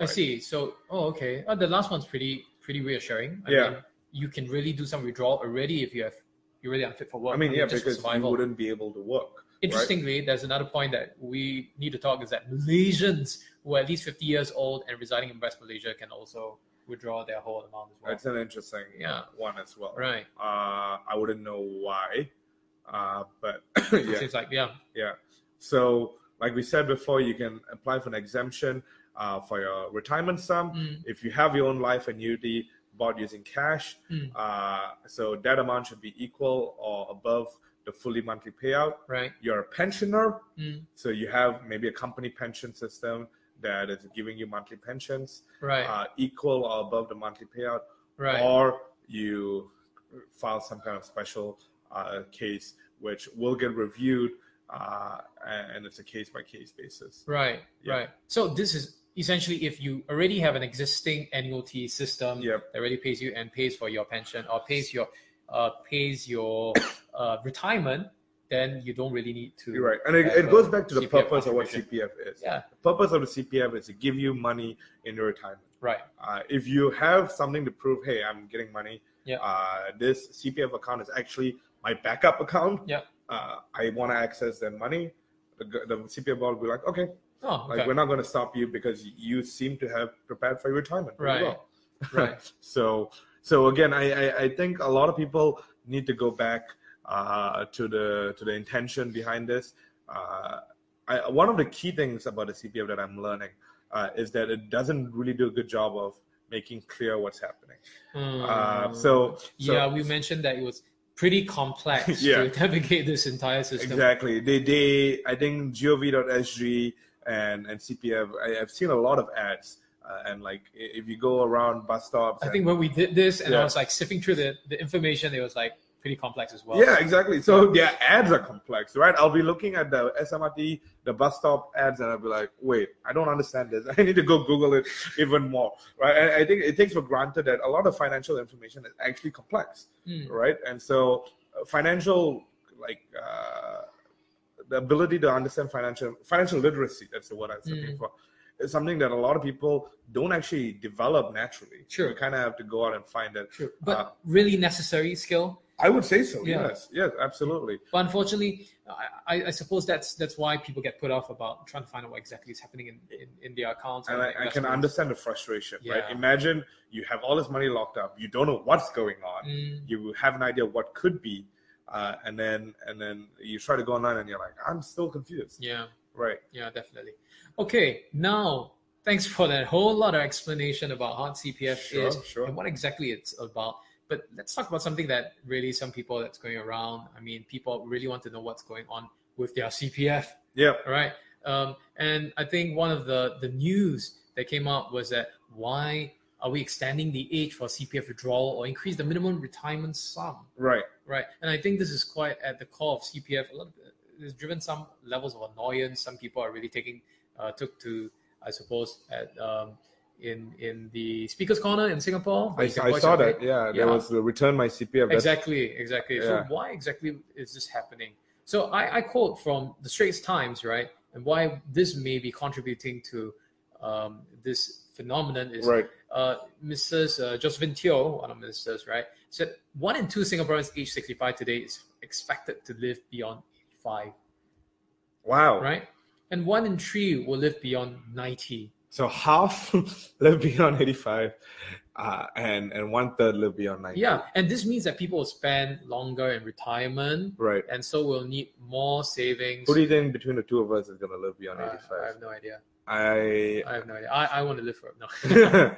I
right?
see. So, oh, okay. Oh, the last one's pretty pretty reassuring. I
Yeah.
mean, you can really do some withdrawal already if you have you're really unfit for work.
I mean, yeah,
just for
because you
survival.
wouldn't be able to work. right?
Interestingly, there's another point that we need to talk is that Malaysians who are at least 50 years old and residing in West Malaysia can also withdraw their whole amount as well.
That's an interesting
Yeah.
one as well.
right.
Uh, I wouldn't know why, uh, but <coughs>
It
<laughs> yeah.
seems like yeah.
So, like we said before, you can apply for an exemption uh, for your retirement sum.
Mm,
if you have your own life annuity bought using cash,
Mm.
uh, so that amount should be equal or above the fully monthly payout.
right.
You're a pensioner,
Mm,
so you have maybe a company pension system that is giving you monthly pensions
right.
uh, equal or above the monthly payout,
right.
or you file some kind of special uh, case which will get reviewed. Uh, and it's a case by case basis.
Right,
Yeah.
right. So this is essentially if you already have an existing annuity system
Yep.
that already pays you and pays for your pension or pays your uh, pays your uh, retirement, then you don't really need to.
You're right. And it,
Yeah,
it
so
goes back to the
CPF
purpose of what CPF
contribution.
is.
Yeah,
The purpose of the CPF is to give you money in your retirement.
right.
Uh, if you have something to prove, hey, I'm getting money,
Yeah.
uh, this CPF account is actually my backup account.
Yeah.
Uh, I want to access that money. The, g- the CPF board will be like, okay,
Oh,
like
okay.
we're not going to stop you because you seem to have prepared for your retirement.
Right.
pretty Well.
right.
So, so again, I, I, I think a lot of people need to go back uh, to the to the intention behind this. Uh, I, one of the key things about the CPF that I'm learning uh, is that it doesn't really do a good job of making clear what's happening. <laughs> Uh,
Mm.
so, so
yeah, we mentioned that it was pretty
<laughs>
complex
Yeah.
to navigate this entire system.
exactly. They they I think gov.sg and and CPF. I, I've seen a lot of ads. Uh, and like i- if you go around bus stops,
I
and-
think when we did this and I
Yeah.
was like sifting through the, the information, it was like pretty complex as well.
yeah, exactly. So their ads are complex, right? I'll be looking at the SMRT, the bus stop ads, and I'll be like, wait, I don't understand this. <laughs> I need to go Google it even more, right? And I think it takes for granted that a lot of financial information is actually complex.
Mm.
right? And so uh, financial like uh, the ability to understand financial financial literacy that's the word I'm looking
Mm.
for is something that a lot of people don't actually develop naturally.
Sure.
you kind of have to go out and find it.
True. But
Uh,
really necessary skill.
I would say so.
Yeah.
Yes, yes, absolutely.
But unfortunately, I, I- I suppose that's that's why people get put off about trying to find out what exactly is happening in, in, in their accounts.
And I, I can
investments.
understand the frustration, right?
Yeah.
Imagine you have all this money locked up, you don't know what's going on,
Mm.
you have an idea what could be, uh, and then and then you try to go online and you're like, I'm still confused,
Yeah,
right?
yeah, definitely. Okay, now thanks for that whole lot of explanation about what CPF
Sure,
is
sure.
and what exactly it's about. But let's talk about something that really some people that's going around. I mean, people really want to know what's going on with their CPF.
Yeah.
All right. Um, and I think one of the, the news that came out was that why are we extending the age for CPF withdrawal or increase the minimum retirement sum?
Right.
Right. And I think this is quite at the core of CPF. A lot of, it's driven some levels of annoyance. Some people are really taking, uh, took to, I suppose, at, um, in in the speakers corner in Singapore. where
I,
you can
I
voice
saw
your
that.
opinion.
Yeah, there
Yeah.
was the return my CPF. That's-
Exactly, exactly. So
Yeah.
why exactly is this happening? So I, I quote from the Straits Times, right? And why this may be contributing to um, this phenomenon is
Right.
uh, Mrs. Uh, Josephine Teo, one of ministers, right, said one in two Singaporeans aged 65 today is expected to live beyond 85,
Wow.
right? And one in three will live beyond 90.
So half <laughs> live beyond 85, uh, and and one third live beyond 90.
Yeah, and this means that people will spend longer in retirement,
Right.
and so will need more savings.
Who do you think between the two of us is gonna live beyond
Uh,
85?
I have no idea.
<laughs> I.
I have no idea. I, I want to live for
<laughs>
no.
yeah.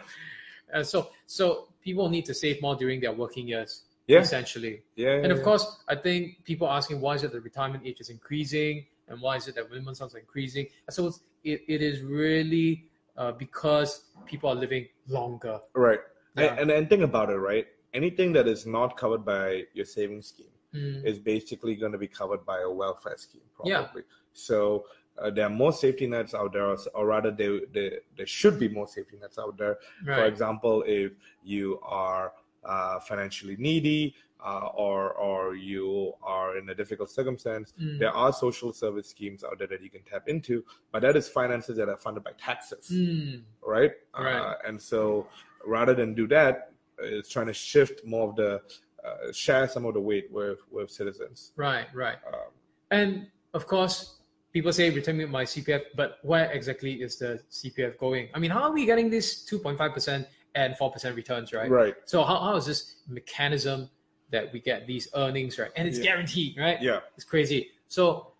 Uh, so so people need to save more during their working years,
Yeah.
essentially.
yeah,
And of
yeah.
course, I think people are asking why is it the retirement age is increasing and why is it that women's sons are increasing? I suppose it, it is really uh, because people are living longer.
Right.
Yeah.
And, and and think about it. Right. Anything that is not covered by your savings scheme
Mm,
is basically going to be covered by a welfare scheme, probably.
Yeah.
So uh, there are more safety nets out there, or, s- or rather, there, there there should be more safety nets out there For
right.
example, if you are uh, financially needy uh, or or you are in a difficult circumstance,
Mm,
there are social service schemes out there that you can tap into, but that is finances that are funded by taxes,
mm,
right? Uh,
Right.
and so, rather than do that, it's trying to shift more of the uh, share some of the weight with with citizens.
right, right.
Um,
And of course, people say return me my CPF, but where exactly is the CPF going? I mean, how are we getting these 2.5% and 4% returns, right?
right.
So how, how is this mechanism that we get these earnings, right? And it's
Yeah.
guaranteed, right?
Yeah.
It's crazy. So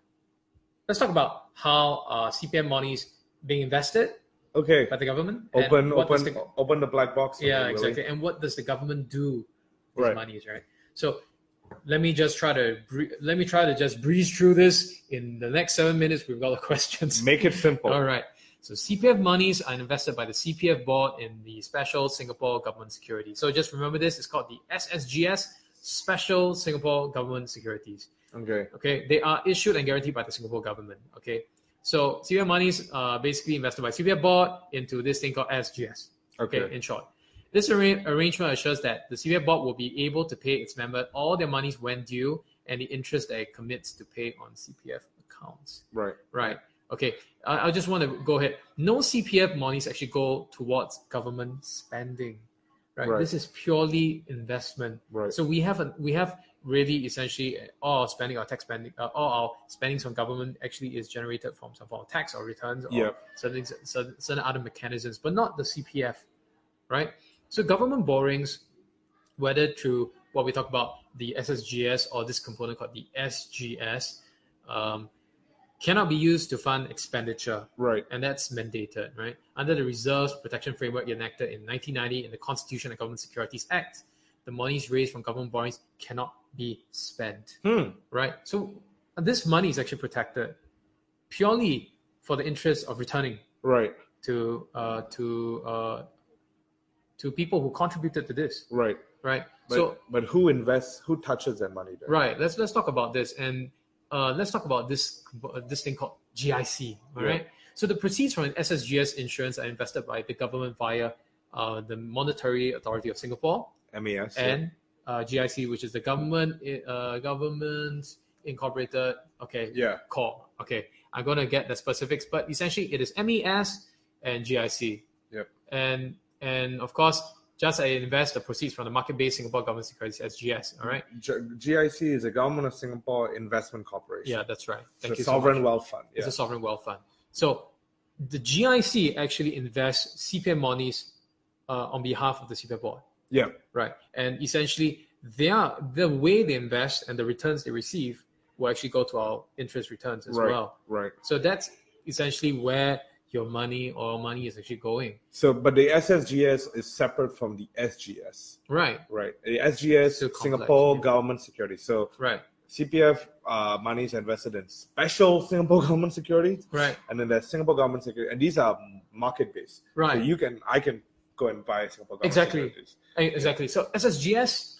let's talk about how uh, CPM money is being invested
Okay.
by the government. and
Open
what does
open
the-
open the black box. for me,
yeah,
Willie.
exactly. And what does the government do with
Right.
monies, right? So let me just try to bre- let me try to just breeze through this in the next seven minutes. We've got <laughs> the questions.
Make it simple.
All right. So CPF monies are invested by the CPF board in the Special Singapore Government Security. So just remember this. It's called the SSGS, Special Singapore Government Securities.
Okay.
Okay, they are issued and guaranteed by the Singapore government. Okay, so CPF monies are basically invested by CPF board into this thing called SGS. Okay,
Okay.
in short, this arra- arrangement assures that the CPF board will be able to pay its member all their monies when due and the interest that it commits to pay on CPF accounts.
Right.
Right. Okay. I, I just want to go ahead. No CPF monies actually go towards government spending. Right.
Right.
This is purely investment.
Right.
So we have a, we have really essentially uh, all our spending, our tax spending, uh, all our spendings from government actually is generated from some form of tax or returns or
Yep.
certain, certain certain other mechanisms, but not the CPF, right? So government borrowings, whether through what we talk about the SSGS or this component called the SGS, um, cannot be used to fund expenditure
Right.
and that's mandated, right? Under the Reserves Protection Framework enacted in 1990 in the Constitution and Government Securities Act, the monies raised from government borrowings cannot be spent,
Hmm.
right? So uh, this money is actually protected purely for the interest of returning
Right.
to uh, to uh, to people who contributed to this,
Right.
right?
But,
so
but who invests? Who touches that money? Then?
right, let's let's talk about this and uh, let's talk about this this thing called GIC. All right.
Yeah.
So the proceeds from SSGS insurance are invested by the government via uh, the Monetary Authority of Singapore
MES. yeah.
and uh, GIC, which is the government uh, government incorporated. Okay,
yeah.
call. Okay, I'm gonna get the specifics, but essentially it is MES and GIC.
Yep.
And and of course, just I invest the proceeds from the market-based Singapore government securities SGS. All right.
G- GIC is the Government of Singapore Investment Corporation.
Yeah, that's right.
It's
Thank
a
you.
sovereign
So much.
wealth fund.
It's
Yeah.
a sovereign wealth fund. So the GIC actually invests CPM monies uh, on behalf of the CPM board.
yeah.
Right. And essentially, their the way they invest and the returns they receive will actually go to our interest returns as
Right.
well.
Right.
So that's essentially where your money or money is actually going.
So, but the SSGS is separate from the SGS.
Right,
Right. The SGS,
So complex,
Singapore
yeah.
Government Security. So
right,
CPF uh, money is invested in special Singapore <laughs> Government Securities,
right,
and then there's Singapore Government Security, and these are market based.
right.
So you can, I can go and buy Singapore Government
Exactly.
Securities.
Eh, exactly. So SSGS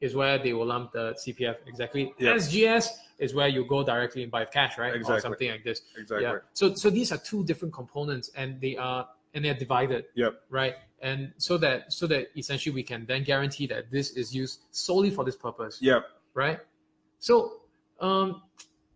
is where they will lump the CPF. Exactly.
Yeah.
SGS is where you go directly and buy cash, right? Or
Exactly.
something like this.
Exactly.
Yeah. So so these are two different components, and they are and they're divided.
Yep.
Right. And so that so that essentially we can then guarantee that this is used solely for this purpose.
Yep.
right? So um,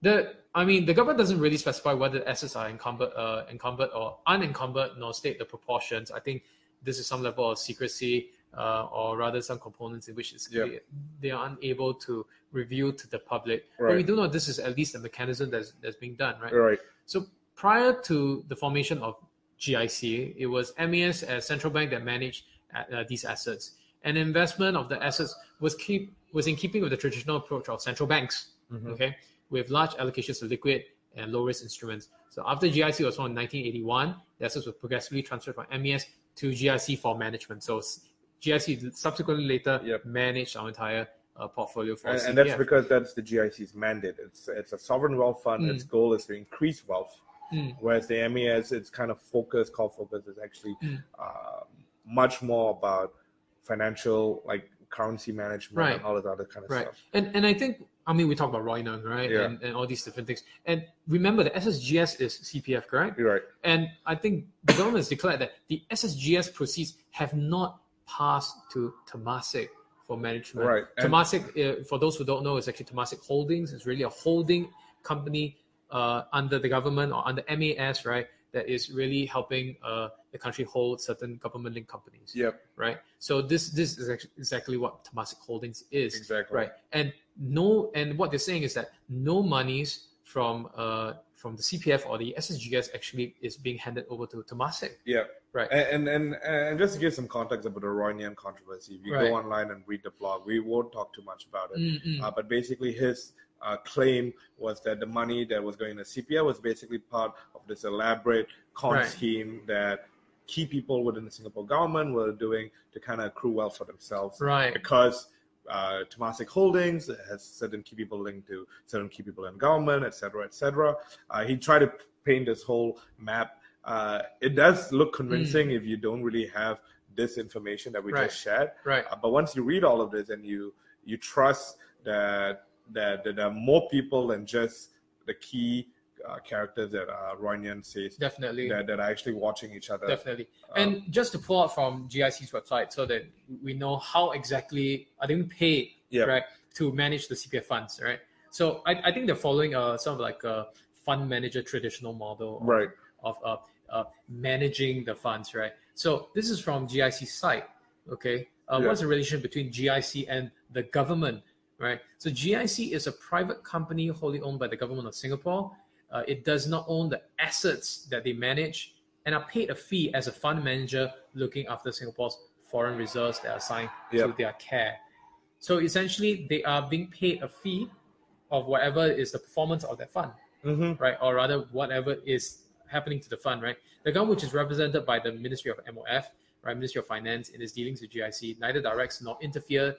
the I mean the government doesn't really specify whether assets are encumbered, uh, encumbered or unencumbered, nor state the proportions. I think this is some level of secrecy, uh, or rather some components in which it's,
Yeah.
they, they are unable to reveal to the public. But we
Right.
do know this is at least a mechanism that's that's being done, right?
Right.
So prior to the formation of GIC, it was MAS as central bank that managed uh, these assets. And investment of the assets was keep was in keeping with the traditional approach of central banks.
Mhm.
Okay, with large allocations to liquid and low risk instruments. So after GIC was formed in 1981, the assets were progressively transferred from MES to GIC for management. So s- GIC subsequently later
Yep.
managed our entire uh, portfolio for
And,
CPF.
and that's because that's the GIC's mandate. It's it's a sovereign wealth fund.
Hmm.
Its goal is to increase wealth,
Mm.
whereas the MES, its kind of focus, core focus, is actually
Mm.
uh, much more about financial, like currency management,
Right.
and all this other kind of
right
stuff.
and and i think i mean we talk about Roynung, right
Yeah.
and, and all these different things and remember the ssgs is cpf correct
You're right.
and i think the government has declared that the ssgs proceeds have not passed to Temasek for management
Right, and-
Temasek, uh, for those who don't know is actually Temasek holdings it's really a holding company uh, under the government or under mas right that is really helping uh, the country hold certain government linked companies
Yep.
right? So this this is actually exactly what Temasek Holdings is,
Exactly.
right? And no, and what they're saying is that no monies from uh from the CPF or the SSGS actually is being handed over to Temasek,
Yeah.
right?
And, and and and just to give some context about the Roynian controversy, if you
Right.
go online and read the blog, we won't talk too much about it.
Mm, mm.
Uh, but basically, his uh, claim was that the money that was going to CPI was basically part of this elaborate con
Right.
scheme that key people within the Singapore government were doing to kind of accrue wealth for themselves.
Right,
Because uh, Temasek Holdings has certain key people linked to certain key people in government, et cetera, et cetera. Uh, he tried to paint this whole map. Uh, it does look convincing if you don't really have this information that we
Mm. Right.
just shared.
right,
Uh, but once you read all of this and you you trust that that, that there are more people than just the key uh, characters that uh, Royan says
definitely,
that, that are actually watching each other.
definitely.
Uh,
and just to pull out from GIC's website so that we know how exactly are they being paid,
Yeah.
right, to manage the CPF funds, right? So I, I think they're following uh, sort of like a fund manager traditional model of
right,
of uh, uh, managing the funds, right? So this is from GIC's site, okay? Uh,
Yeah.
What's the relation between GIC and the government, right? So GIC is a private company wholly owned by the government of Singapore. Uh, it does not own the assets that they manage and are paid a fee as a fund manager looking after Singapore's foreign reserves that are assigned to
Yep.
their care. So essentially, they are being paid a fee of whatever is the performance of that fund
hmm
right? Or rather, whatever is happening to the fund, right? The government, which is represented by the Ministry of MOF, right, Ministry of Finance, in its dealings with GIC, neither directs nor interferes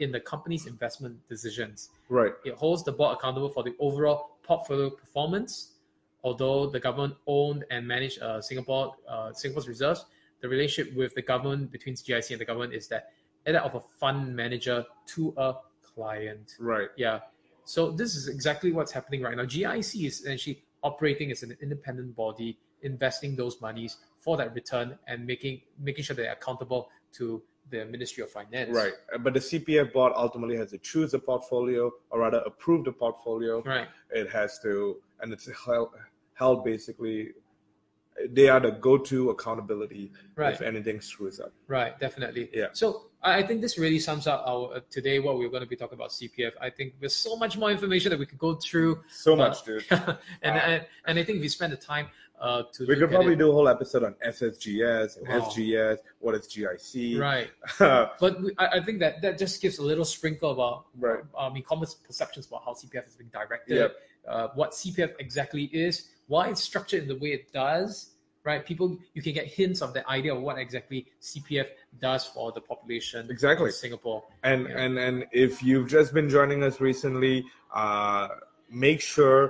in the company's investment decisions.
right,
It holds the board accountable for the overall portfolio performance although the government owned and managed uh, Singapore uh, Singapore's reserves, the relationship with the government between GIC and the government is that that of a fund manager to a client.
Right.
Yeah. So this is exactly what's happening right now. GIC is essentially operating as an independent body, investing those monies for that return and making making sure they're accountable to the Ministry of Finance.
Right. But the CPF board ultimately has to choose a portfolio or rather approve the portfolio.
Right.
It has to, and it's held, held basically, they are the go to accountability
Right.
if anything screws up.
Right, definitely.
Yeah.
So I I think this really sums up our uh, today what we're going to be talking about CPF. I think there's so much more information that we could go through, <laughs>
So
Wow.
much, dude.
and, and and I think if we spend the time uh, to
We
look
could
at
probably
it-
do a whole episode on SSGS and
Wow.
FGS, what is GIC. <laughs>
right.
Uh,
But we, I, I think that that just gives a little sprinkle about
Right.
um, in common perceptions about how CPF is being directed,
Yep.
uh, what CPF exactly is, why it's structured in the way it does. Right, people, you can get hints of the idea of what exactly CPF does for the population
Exactly.
of Singapore.
and
Yeah.
and and if you've just been joining us recently uh make sure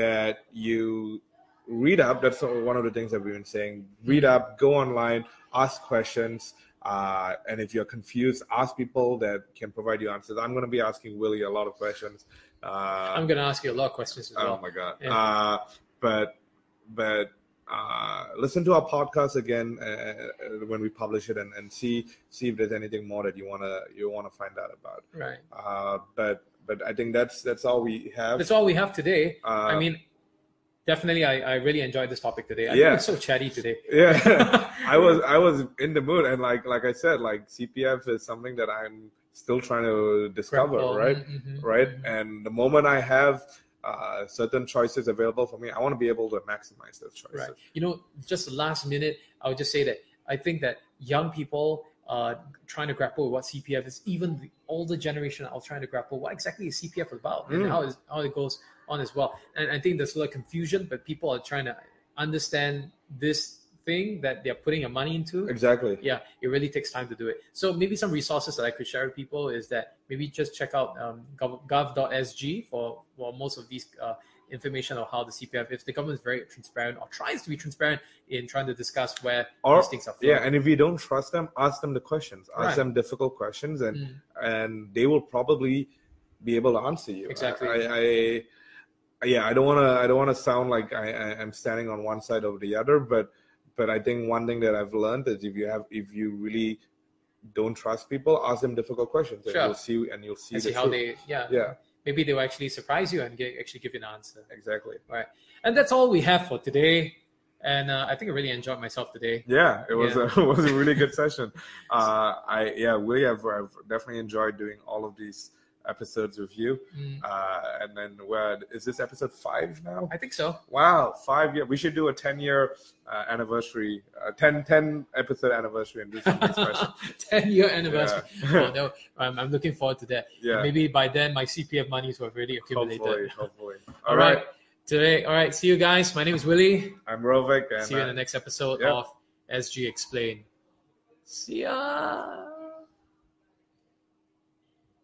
that you read up that's one of the things that we've been saying read
Mm-hmm.
up go online ask questions uh, and if you're confused ask people that can provide you answers i'm going to be asking willie a lot of questions uh,
I'm going to ask you a lot of questions as well.
oh my god
Yeah.
uh, but but uh, listen to our podcast again uh, uh, when we publish it and, and see see if there's anything more that you want to you want to find out about
Right.
uh, but but I think that's that's all we have.
That's all we have today.
Uh,
I mean, definitely, I, I really enjoyed this topic today. I
Yeah.
think it's so chatty today.
<laughs> yeah,
<laughs>
I was I was in the mood, and like like I said, like CPF is something that I'm still trying to discover,
Grapple.
right?
Mhm.
Right, and the moment I have uh, certain choices available for me, I want to be able to maximize those choices.
Right. You know, just the last minute, I would just say that I think that young people uh, trying to grapple with what CPF is, even the older generation are trying to grapple what exactly is CPF about
Mm.
and how, is, how it goes on as well. And I think there's a lot of confusion, but people are trying to understand this thing that they're putting their money into.
Exactly.
yeah, it really takes time to do it. So maybe some resources that I could share with people is that maybe just check out um, gov- gov.sg for, for most of these uh, information on how the CPF, if the government is very transparent or tries to be transparent in trying to discuss where
Or-
these things are from.
Yeah, and if you don't trust them, ask them the questions. Ask
Right.
them difficult questions, and
Mm.
and they will probably be able to answer you.
Exactly.
I, I yeah, I don't want to. I don't want to sound like I, I, I'm standing on one side or the other, but but I think one thing that I've learned is if you have if you really don't trust people, ask them difficult questions, and
Sure.
you'll see and you'll see,
and
the
see how
truth.
they, yeah,
Yeah,
maybe they will actually surprise you and get, actually give you an answer.
exactly.
And that's all we have for today. And uh, I think I really enjoyed myself today.
Yeah, it was
Yeah.
A, <laughs> it was a really good session. Uh, I yeah, we have I've definitely enjoyed doing all of these episodes with you.
Mm,
Uh, and then where is this episode five now?
I think so.
Wow, five year. We should do a 10 year uh, anniversary, uh, 10, 10 episode anniversary and do
<laughs>
something special.
10 year anniversary.
Yeah. <laughs>
Oh, no, I'm, I'm looking forward to that.
yeah,
Maybe by then my CPF monies were already accumulated.
hopefully, hopefully.
All right. Today, all right. See you guys. My name is Willie.
I'm Rovik. And
See you in
I'm-
the next episode
yeah.
of SG Explain. See ya.